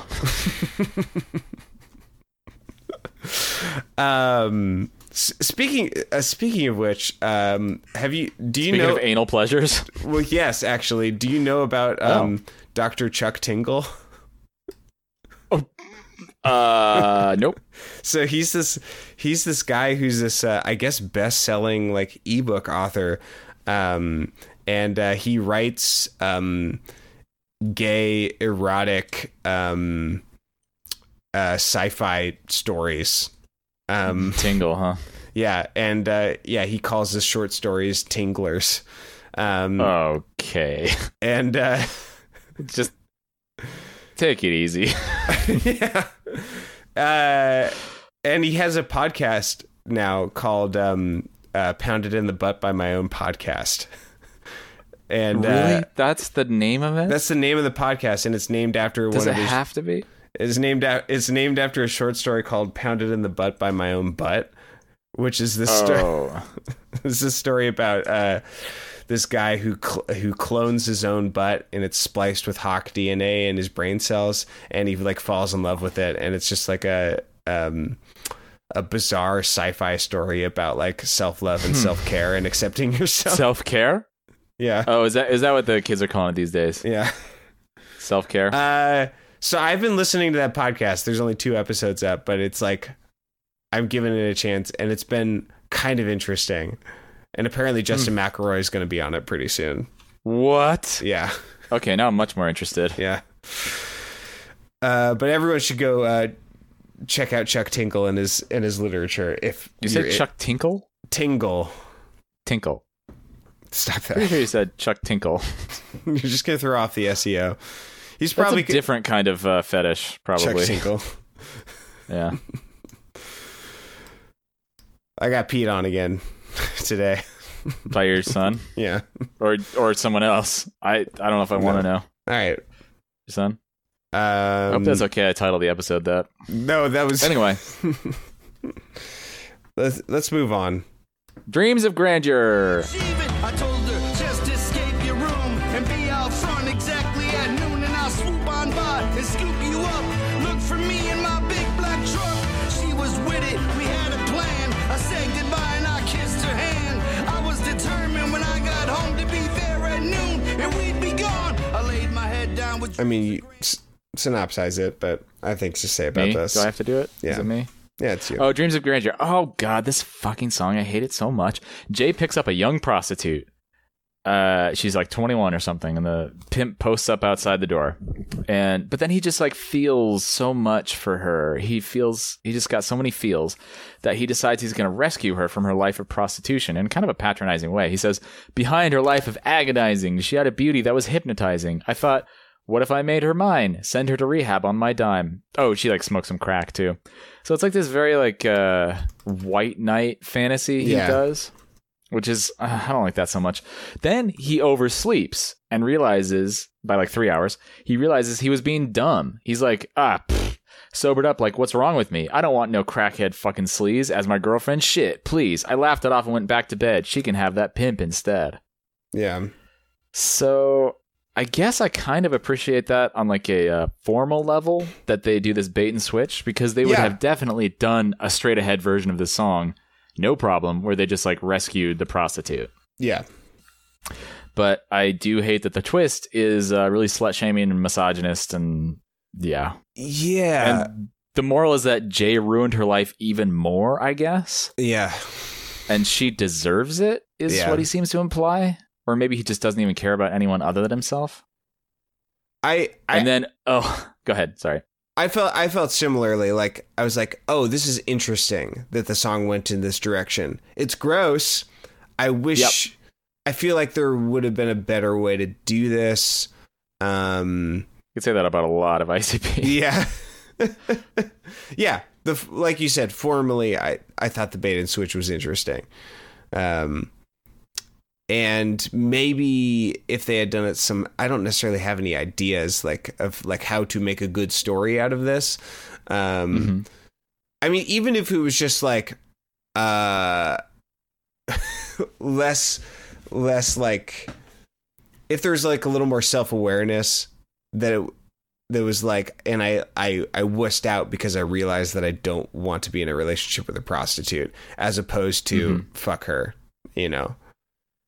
um s- speaking uh, speaking of which um have you do you Speaking know of anal pleasures, Well, yes, actually. Do you know about Oh. um, Dr. Chuck Tingle? <laughs> uh, nope. So he's this he's this guy who's this uh, I guess best selling like ebook author, um, and uh, he writes um, gay erotic um, uh, sci-fi stories. <laughs> <laughs> Um, Tingle, huh? yeah, and uh, yeah, he calls his short stories tinglers, um, Okay. <laughs> and. Uh, <laughs> Just take it easy. <laughs> yeah. Uh, and he has a podcast now called um, uh, "Pounded in the Butt" by my own podcast. <laughs> And uh, That's the name of it? that's the name of the podcast, and it's named after one Does it of his. have to be? it's named a- It's named after a short story called "Pounded in the Butt" by my own butt, which is this story. Oh. <laughs> This is a story about uh, this guy who cl- who clones his own butt and it's spliced with Hawk DNA in his brain cells, and he like falls in love with it, and it's just like a um, a bizarre sci-fi story about like self love and self care and accepting yourself. Self care? <laughs> yeah, Oh, is that is that what the kids are calling it these days? yeah. Self care? Uh, so I've been listening to that podcast. There's only two episodes up, but it's like I'm giving it a chance, and it's been kind of interesting. And apparently, Justin McElroy is going to be on it pretty soon. what? Yeah. Okay, now I'm much more interested. Yeah. Uh, but everyone should go uh, check out Chuck Tingle and his and his literature. If You said you're- Chuck Tinkle? Tingle, Tinkle. stop Pretty that. <laughs> <laughs> sure you said Chuck Tinkle. you're just gonna throw off the SEO. He's That's probably a different kind of uh, fetish, Chuck probably. Tingle. yeah. I got peed on again <laughs> today. By your son Yeah. or or someone else. I I don't know if I want to know. Your All right. son. Um, I hope that's okay. I titled the episode that. no, that was Anyway, Let's let's move on. dreams of grandeur. Even I told her just escape your room and be out front exactly at noon, and I'll swoop on by and scoop you up. Look for me in my big black truck. She was with it. We had a plan. I said goodbye and I kissed her hand. I was determined when I got home to be there at noon and we'd be gone. I laid my head down with. I mean, you s- synopsize it, but I think to say about Me? this. Do I have to do it? Is Yeah. it me? yeah, it's you. Oh, Dreams of Grandeur. Oh God, this fucking song. I hate it so much. Jay picks up a young prostitute. Uh, she's like 21 or something, and the pimp posts up outside the door. And but then he just like feels so much for her. He feels he just got so many feels that he decides he's going to rescue her from her life of prostitution in kind of a patronizing way. He says, "Behind her life of agonizing, she had a beauty that was hypnotizing. I thought." What if I made her mine? Send her to rehab on my dime. Oh, she like smoked some crack too. So it's like this very like uh white knight fantasy he Yeah. does, which is uh, I don't like that so much. Then he oversleeps and realizes by like 3 hours, he realizes he was being dumb. He's like, "Ah, pfft, sobered up like what's wrong with me? I don't want no crackhead fucking sleaze as my girlfriend. Shit, please." I laughed it off and went back to bed. She can have that pimp instead. yeah. So I guess I kind of appreciate that on like a uh, formal level that they do this bait and switch because they would Yeah. have definitely done a straight ahead version of this song, no problem, where they just like rescued the prostitute. Yeah. But I do hate that the twist is uh, really slut shaming and misogynist and yeah, Yeah. and the moral is that Jay ruined her life even more, I guess, Yeah. and she deserves it. Is Yeah. what he seems to imply, or maybe he just doesn't even care about anyone other than himself. I I, and then, oh, <laughs> go ahead. Sorry. I felt I felt similarly. Like I was like, oh, this is interesting that the song went in this direction. It's gross. I wish. I feel like there would have been a better way to do this. Um. You could say that about a lot of <laughs> ICP. Yeah. yeah. The f- like you said, formally, I I thought the bait and switch was interesting. Um. And maybe if they had done it some, I don't necessarily have any ideas like of like how to make a good story out of this. Um. Mhm. I mean, even if it was just like uh <laughs> less less like if there's like a little more self awareness that it that was like and I, I I wussed out because I realized that I don't want to be in a relationship with a prostitute as opposed to fuck her, you know. Mm-hmm.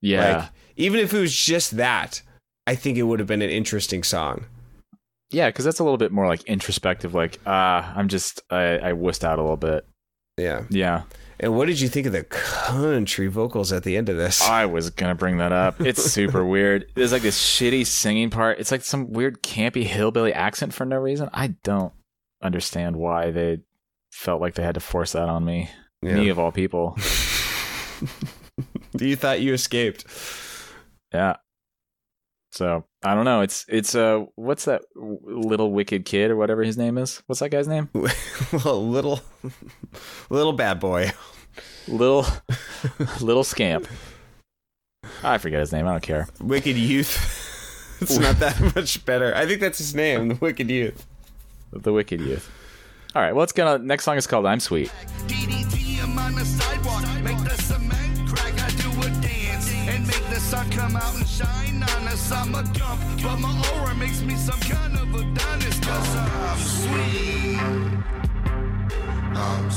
Yeah. Like even if it was just that, I think it would have been an interesting song. Yeah, because that's a little bit more like introspective. Like, ah, I'm just I, I wussed out a little bit. Yeah. Yeah, And what did you think of the country vocals at the end of this? I was gonna bring that up. It's super weird. There's like this shitty singing part. It's like some weird campy hillbilly accent for no reason. I don't understand why they felt like they had to force that on me. Yeah. Me of all people. You thought you escaped. yeah. So I don't know. It's it's uh what's that w- little wicked kid or whatever his name is? What's that guy's name? <laughs> well, little, <laughs> little bad boy. Little little scamp. I forget his name. I don't care. Wicked Youth. it's not that <laughs> much better. I think that's his name, the Wicked Youth. The Wicked Youth. All right, well, it's gonna. Next song is called "I'm Sweet." <laughs> DDT, I'm on the sidewalk. Make the cement crack, I do a dance. And make the sun come out and shine on us. I'm a gump, but my aura makes me some kind of Adonis. Cause I'm sweet. I'm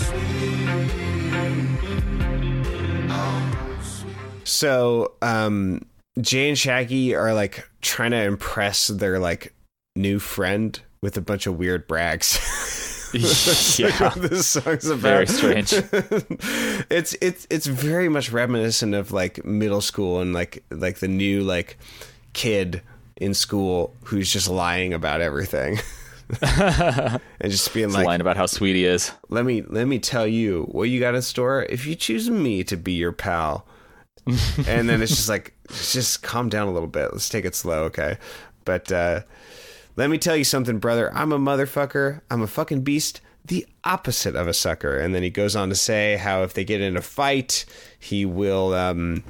sweet. I'm sweet. So, um, Jay and Shaggy are like trying to impress their like new friend with a bunch of weird brags. That's like <laughs> Yeah. what this song's about. Very <laughs> strange. it's it's it's very much reminiscent of like middle school and like like the new like kid in school who's just lying about everything <laughs> and just being It's a like line about how sweet he is. let me let me tell you what you got in store if you choose me to be your pal and then it's just like just calm down a little bit let's take it slow okay but uh let me tell you something brother i'm a motherfucker i'm a fucking beast the opposite of a sucker and then he goes on to say how if they get in a fight he will um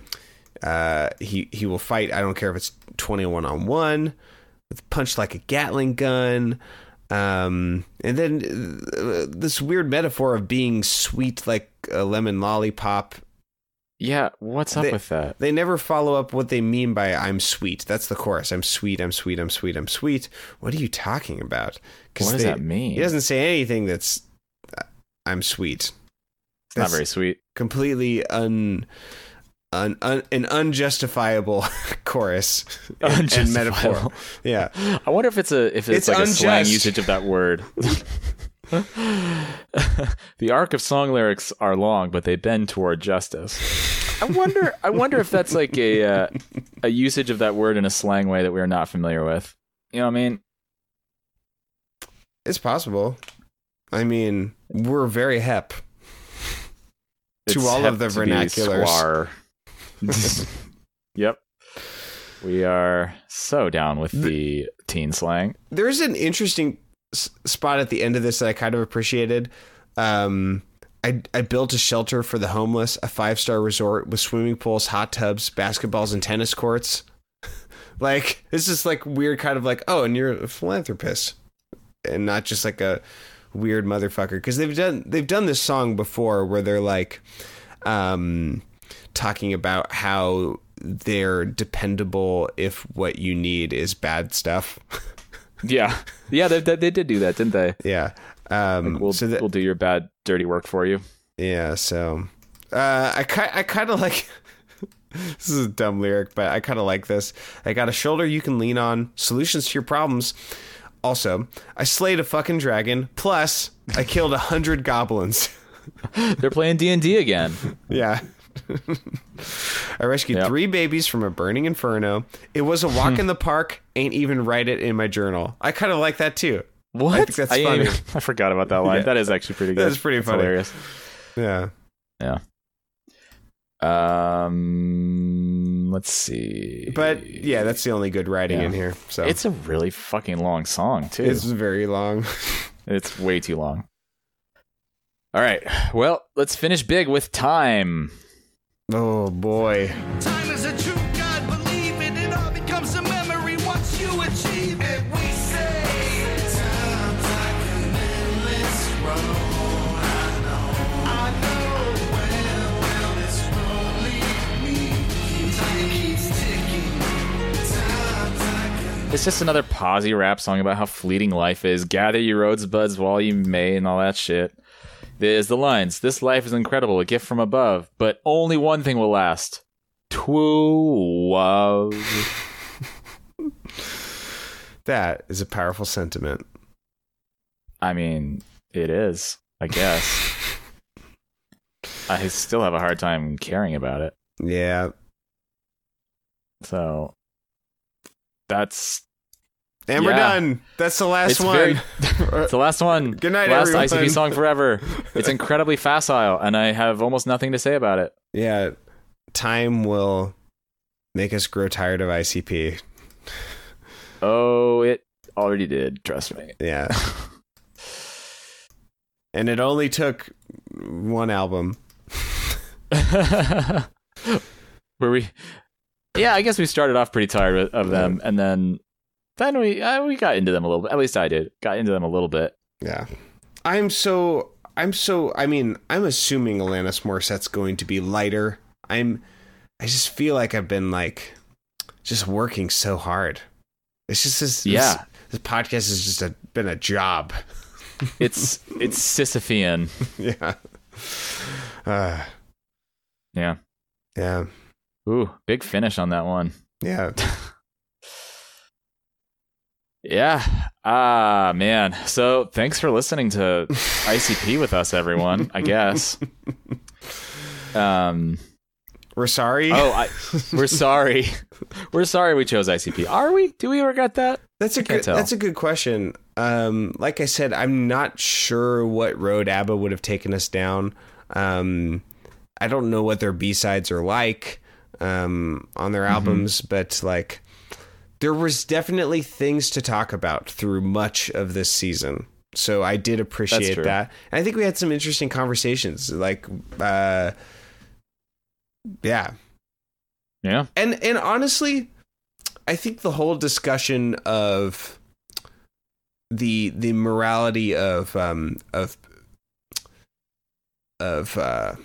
uh he he will fight i don't care if it's 21 on 1 with punch like a gatling gun um and then uh, this weird metaphor of being sweet like a lemon lollipop Yeah, what's up They- with that? they never follow up what they mean by i'm sweet that's the chorus i'm sweet i'm sweet i'm sweet i'm sweet what are you talking about What does they- that mean? he doesn't say anything that's uh, i'm sweet It's not that's- very <laughs> sweet. completely un, un, un an unjustifiable <laughs> chorus and, and metaphor Unjustifiable. yeah I wonder if it's a if It's it's, like a slang unjust. usage of that <laughs> word. the arc of song lyrics are long, but they bend toward justice. I wonder. I wonder if that's like a uh, a usage of that word in a slang way that we are not familiar with. You know what I mean? it's possible i mean we're very hep To all of hep the to be vernaculars. <laughs> squar. yep. We are so down with the teen slang. there's an interesting s- spot at the end of this that I kind of appreciated. Um, I, I built a shelter for the homeless, a five star resort with swimming pools, hot tubs, basketballs, and tennis courts. <laughs> like it's just like weird, kind of like oh, and you're a philanthropist, and not just like a weird motherfucker. Because they've done they've done this song before where they're like, um, talking about how they're dependable if what you need is bad stuff. <laughs> Yeah. Yeah, they, they, they did do that, didn't they? Yeah. Um, We'll, so that, we'll do your bad, dirty work for you. yeah. So uh, I ki- I kind of like. <laughs> this is a dumb lyric, but I kind of like this. I got a shoulder you can lean on, solutions to your problems. Also, I slayed a fucking dragon. Plus, I killed a hundred goblins. <laughs> They're playing D and D again. Yeah. <laughs> I rescued Yep. three babies from a burning inferno. It was a <laughs> walk in the park. Ain't even write it in my journal. I kind of like that too. What? think that's didn't funny. even- I forgot about that line. Yeah. That is actually pretty good. That's pretty funny. Hilarious. Yeah. Yeah. Um. Let's see. But yeah, that's the only good writing Yeah. in here. So it's, it's a really fucking long song too. It's, very long. <laughs> way too long. All right. Well, let's finish big with time. oh boy. Time is a true God, believe it. It all becomes a memory once you achieve it. We say time's like an endless road. I know, where will this road lead me? Time keeps ticking. Time's like an It's just another posy rap song about how fleeting life is. Gather your roads, buds, while you may, and all that shit. There's the lines. This life is incredible, a gift from above, but only one thing will last. Twelve. That is a powerful sentiment. I mean, it is, I guess. I still have a hard time caring about it. Yeah. So that's And we're Yeah. done. That's the last It's one. <laughs> it's the last one. Good night, last everyone. ICP <laughs> song forever. It's incredibly facile, and I have almost nothing to say about it. yeah. Time will make us grow tired of ICP. Oh, it already did. Trust me. <laughs> Yeah. and it only took one album. Were we? Yeah, I guess we started off pretty tired of- of them, and then then we uh, we got into them a little bit. At least I did. Got into them a little bit. Yeah. I'm so I'm so I mean, I'm assuming Alanis Morissette's going to be lighter. I'm I just feel like I've been like just working so hard. It's just this this- Yeah. This, podcast has just a, been a job. <laughs> It's it's Sisyphean. yeah. Uh, Yeah. yeah. Ooh, big finish on that one. Yeah. Yeah. Ah, man. So thanks for listening to ICP with us, everyone. I guess. Um. We're sorry. Oh, I, we're sorry. We're sorry we chose ICP. Are we? Do we regret that? That's a can't good, tell. that's a good question. Um, like I said, I'm not sure what road ABBA would have taken us down. Um, I don't know what their B sides are like um, on their Mm-hmm. albums, but like there was definitely things to talk about through much of this season. So I did appreciate true. that. And I think we had some interesting conversations. Like, uh, yeah, Yeah. and and honestly i think the whole discussion of the the morality of um of of uh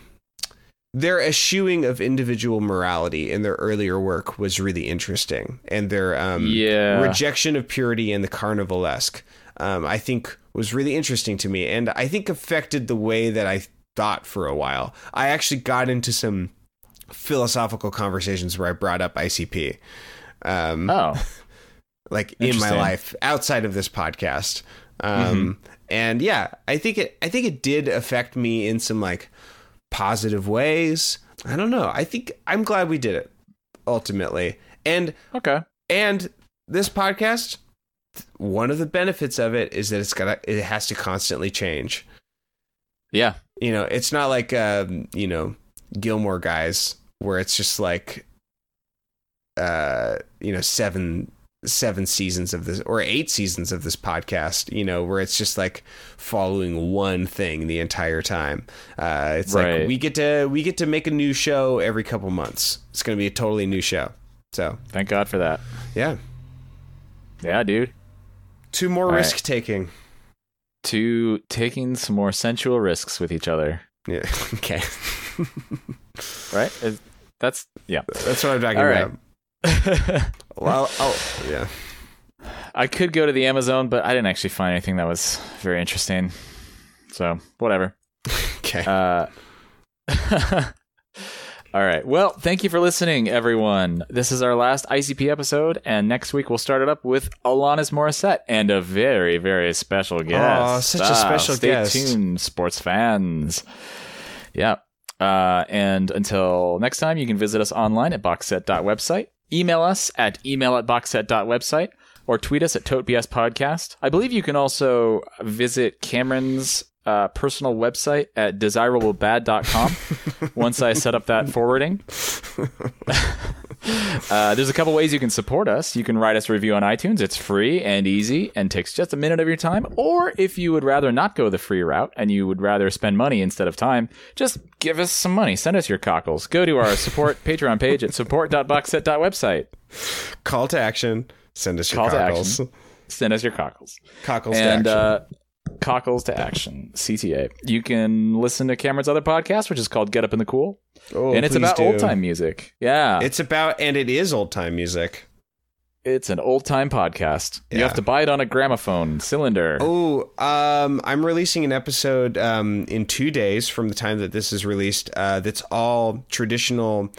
their eschewing of individual morality in their earlier work was really interesting and their um Yeah. rejection of purity and the carnivalesque um i think was really interesting to me and i think affected the way that i thought for a while i actually got into some philosophical conversations where I brought up ICP, um, Oh. like in my interesting. Mm-hmm. life outside of this podcast. Um, And yeah, I think it. I think it did affect me in some like positive ways. I don't know. I think I'm glad we did it ultimately. And Okay. and this podcast, one of the benefits of it is that it's got it has to constantly change. Yeah. you know, it's not like um, you know, Gilmore guys where it's just like uh, you know, seven seven seasons of this or eight seasons of this podcast, you know, where it's just like following one thing the entire time. Uh it's Right. like we get to we get to make a new show every couple months. It's going to be a totally new show. So, Thank God for that. yeah. Yeah, dude. Two more right. risk taking. To taking some more sensual risks with each other. Yeah. <laughs> okay. Right? Is- That's yeah. <laughs> That's what I'm talking All right. about. Well, I'll, yeah. I could go to the Amazon, but I didn't actually find anything that was very interesting. So whatever. Okay. Uh, <laughs> All right. Well, thank you for listening, everyone. This is our last ICP episode, and next week we'll start it up with Alanis Morissette and a very, very special guest. Ah, Aw, such a special stay guest. tuned, sports fans. Yeah. Uh, and until next time, you can visit us online at boxset.website, email us at email at boxset.website, or tweet us at ToteBS Podcast. I believe you can also visit Cameron's uh, personal website at desirablebad.com once I set up that forwarding. Uh, there's a couple ways you can support us. You can write us a review on iTunes. It's free and easy and takes just a minute of your time. Or if you would rather not go the free route and you would rather spend money instead of time, just give us some money. Send us your cockles. Go to our support <laughs> Patreon page at support.boxset.website. Call to action. Send us your Call to cockles. action. Send us your cockles. Cockles and to action. uh, cockles to action cta you can listen to cameron's other podcast which is called get up in the cool Oh, and it's please about do. old time music yeah It's about and it is old time music. It's an old time podcast. You Yeah. have to buy it on a gramophone cylinder. Oh, um, I'm releasing an episode um, in two days from the time that this is released. Uh, that's all traditional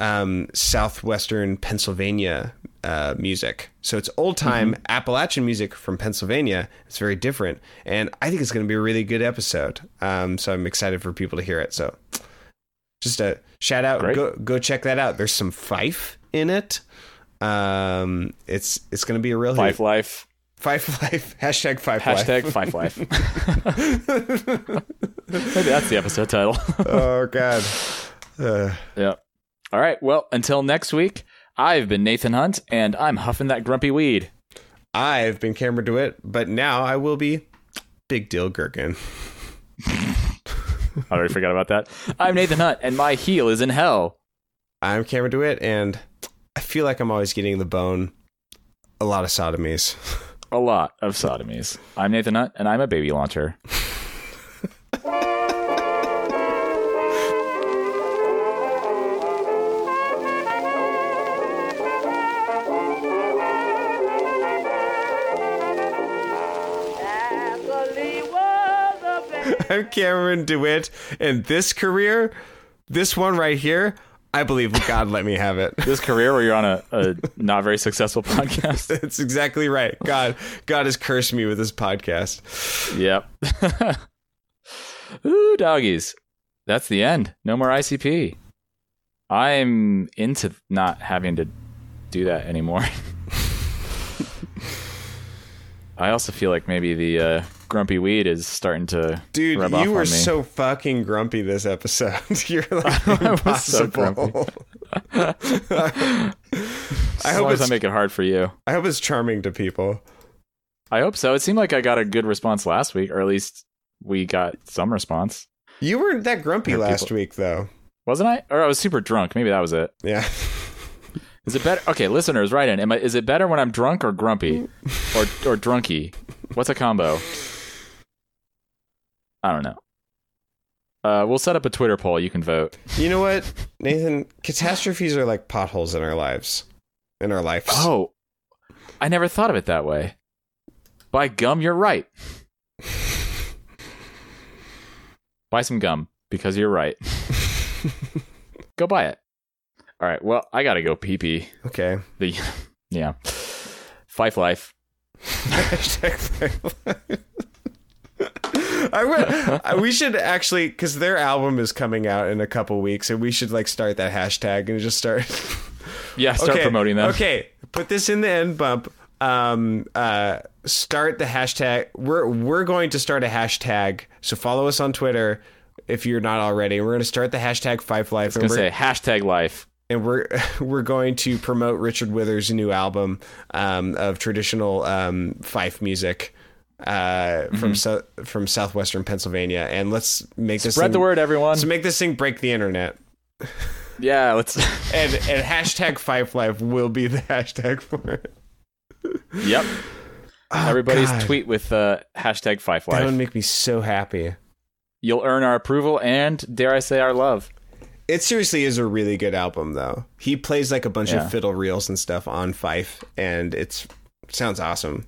um, southwestern Pennsylvania uh, music. So it's old time Mm-hmm. Appalachian music from Pennsylvania. It's very different, and I think it's going to be a really good episode. Um, so I'm excited for people to hear it. So just a shout out. Great. Go go check that out. There's some fife in it. Um, it's it's going to be a real hoot. Fife life. Five life. <laughs> Hashtag five Hashtag life. Fife life. Maybe that's the episode title. Oh god. <laughs> Uh, yeah. All right. Well, until next week, I've been Nathan Hunt, and I'm huffing that grumpy weed. I've been Cameron DeWitt, but now I will be Big Deal Gherkin. I already forgot about that. I'm Nathan Hunt, and my heel is in hell. I'm Cameron DeWitt, and I feel like I'm always getting the bone. A lot of sodomies. <laughs> A lot of sodomies. I'm Nathan Hunt, and I'm a baby launcher. Natalie was a baby. I'm Cameron DeWitt, and this career, this one right here, I believe God let me have it. <laughs> This career where you're on a, a not very successful <laughs> podcast. That's exactly right. God, God has cursed me with this podcast. Yep. <laughs> Ooh, doggies. That's the end. No more ICP. I'm into not having to do that anymore. I also feel like maybe the uh, grumpy weed is starting to Dude, rub off you on me. were <laughs> so <laughs> fucking grumpy this episode. <laughs> You're like was so impossible. I As hope long as I it's make it hard for you. I hope it's charming to people. I hope so. It seemed like I got a good response last week, or at least we got some response, You weren't that grumpy Hurt last people. week though. wasn't I? Or I was super drunk. Maybe that was it. Yeah. <laughs> Is it better? Okay, listeners, write in. Am I, is it better when I'm drunk or grumpy, <laughs> or or drunky? What's a combo? I don't know. Uh, we'll set up a Twitter poll. You can vote. You know what, Nathan? Catastrophes are like potholes in our lives. In our lives. Oh, I never thought of it that way. By gum, you're right. buy some gum because you're <laughs> right. go buy it. All right. Well, I gotta go pee pee. Okay. <laughs> The yeah, Fife life. Hashtag <laughs> I would, I- we should actually because their album is coming out in a couple weeks and we should like start that hashtag and just start Yeah, start promoting them. Okay, put this in the end bump. Um, uh, start the hashtag. We're we're going to start a hashtag. So follow us on Twitter if you're not already. We're going to start the hashtag Five Life, and gonna we're, say hashtag life. and we're we're <laughs> going to promote Richard Withers' new album um, of traditional um, fife music uh, Mm-hmm. from so, from southwestern Pennsylvania. And let's make this Spread thing, the word, everyone. Let's make this thing break the internet. yeah, let's. And and hashtag Fife Life will be the <laughs> hashtag for it. <laughs> yep. Everybody's Oh, God. tweet with uh, hashtag Fife That would Life. make me so happy. You'll earn our approval and, dare I say, our love. It seriously is a really good album, though. He plays like a bunch Yeah. of fiddle reels and stuff on fife, and it's sounds awesome.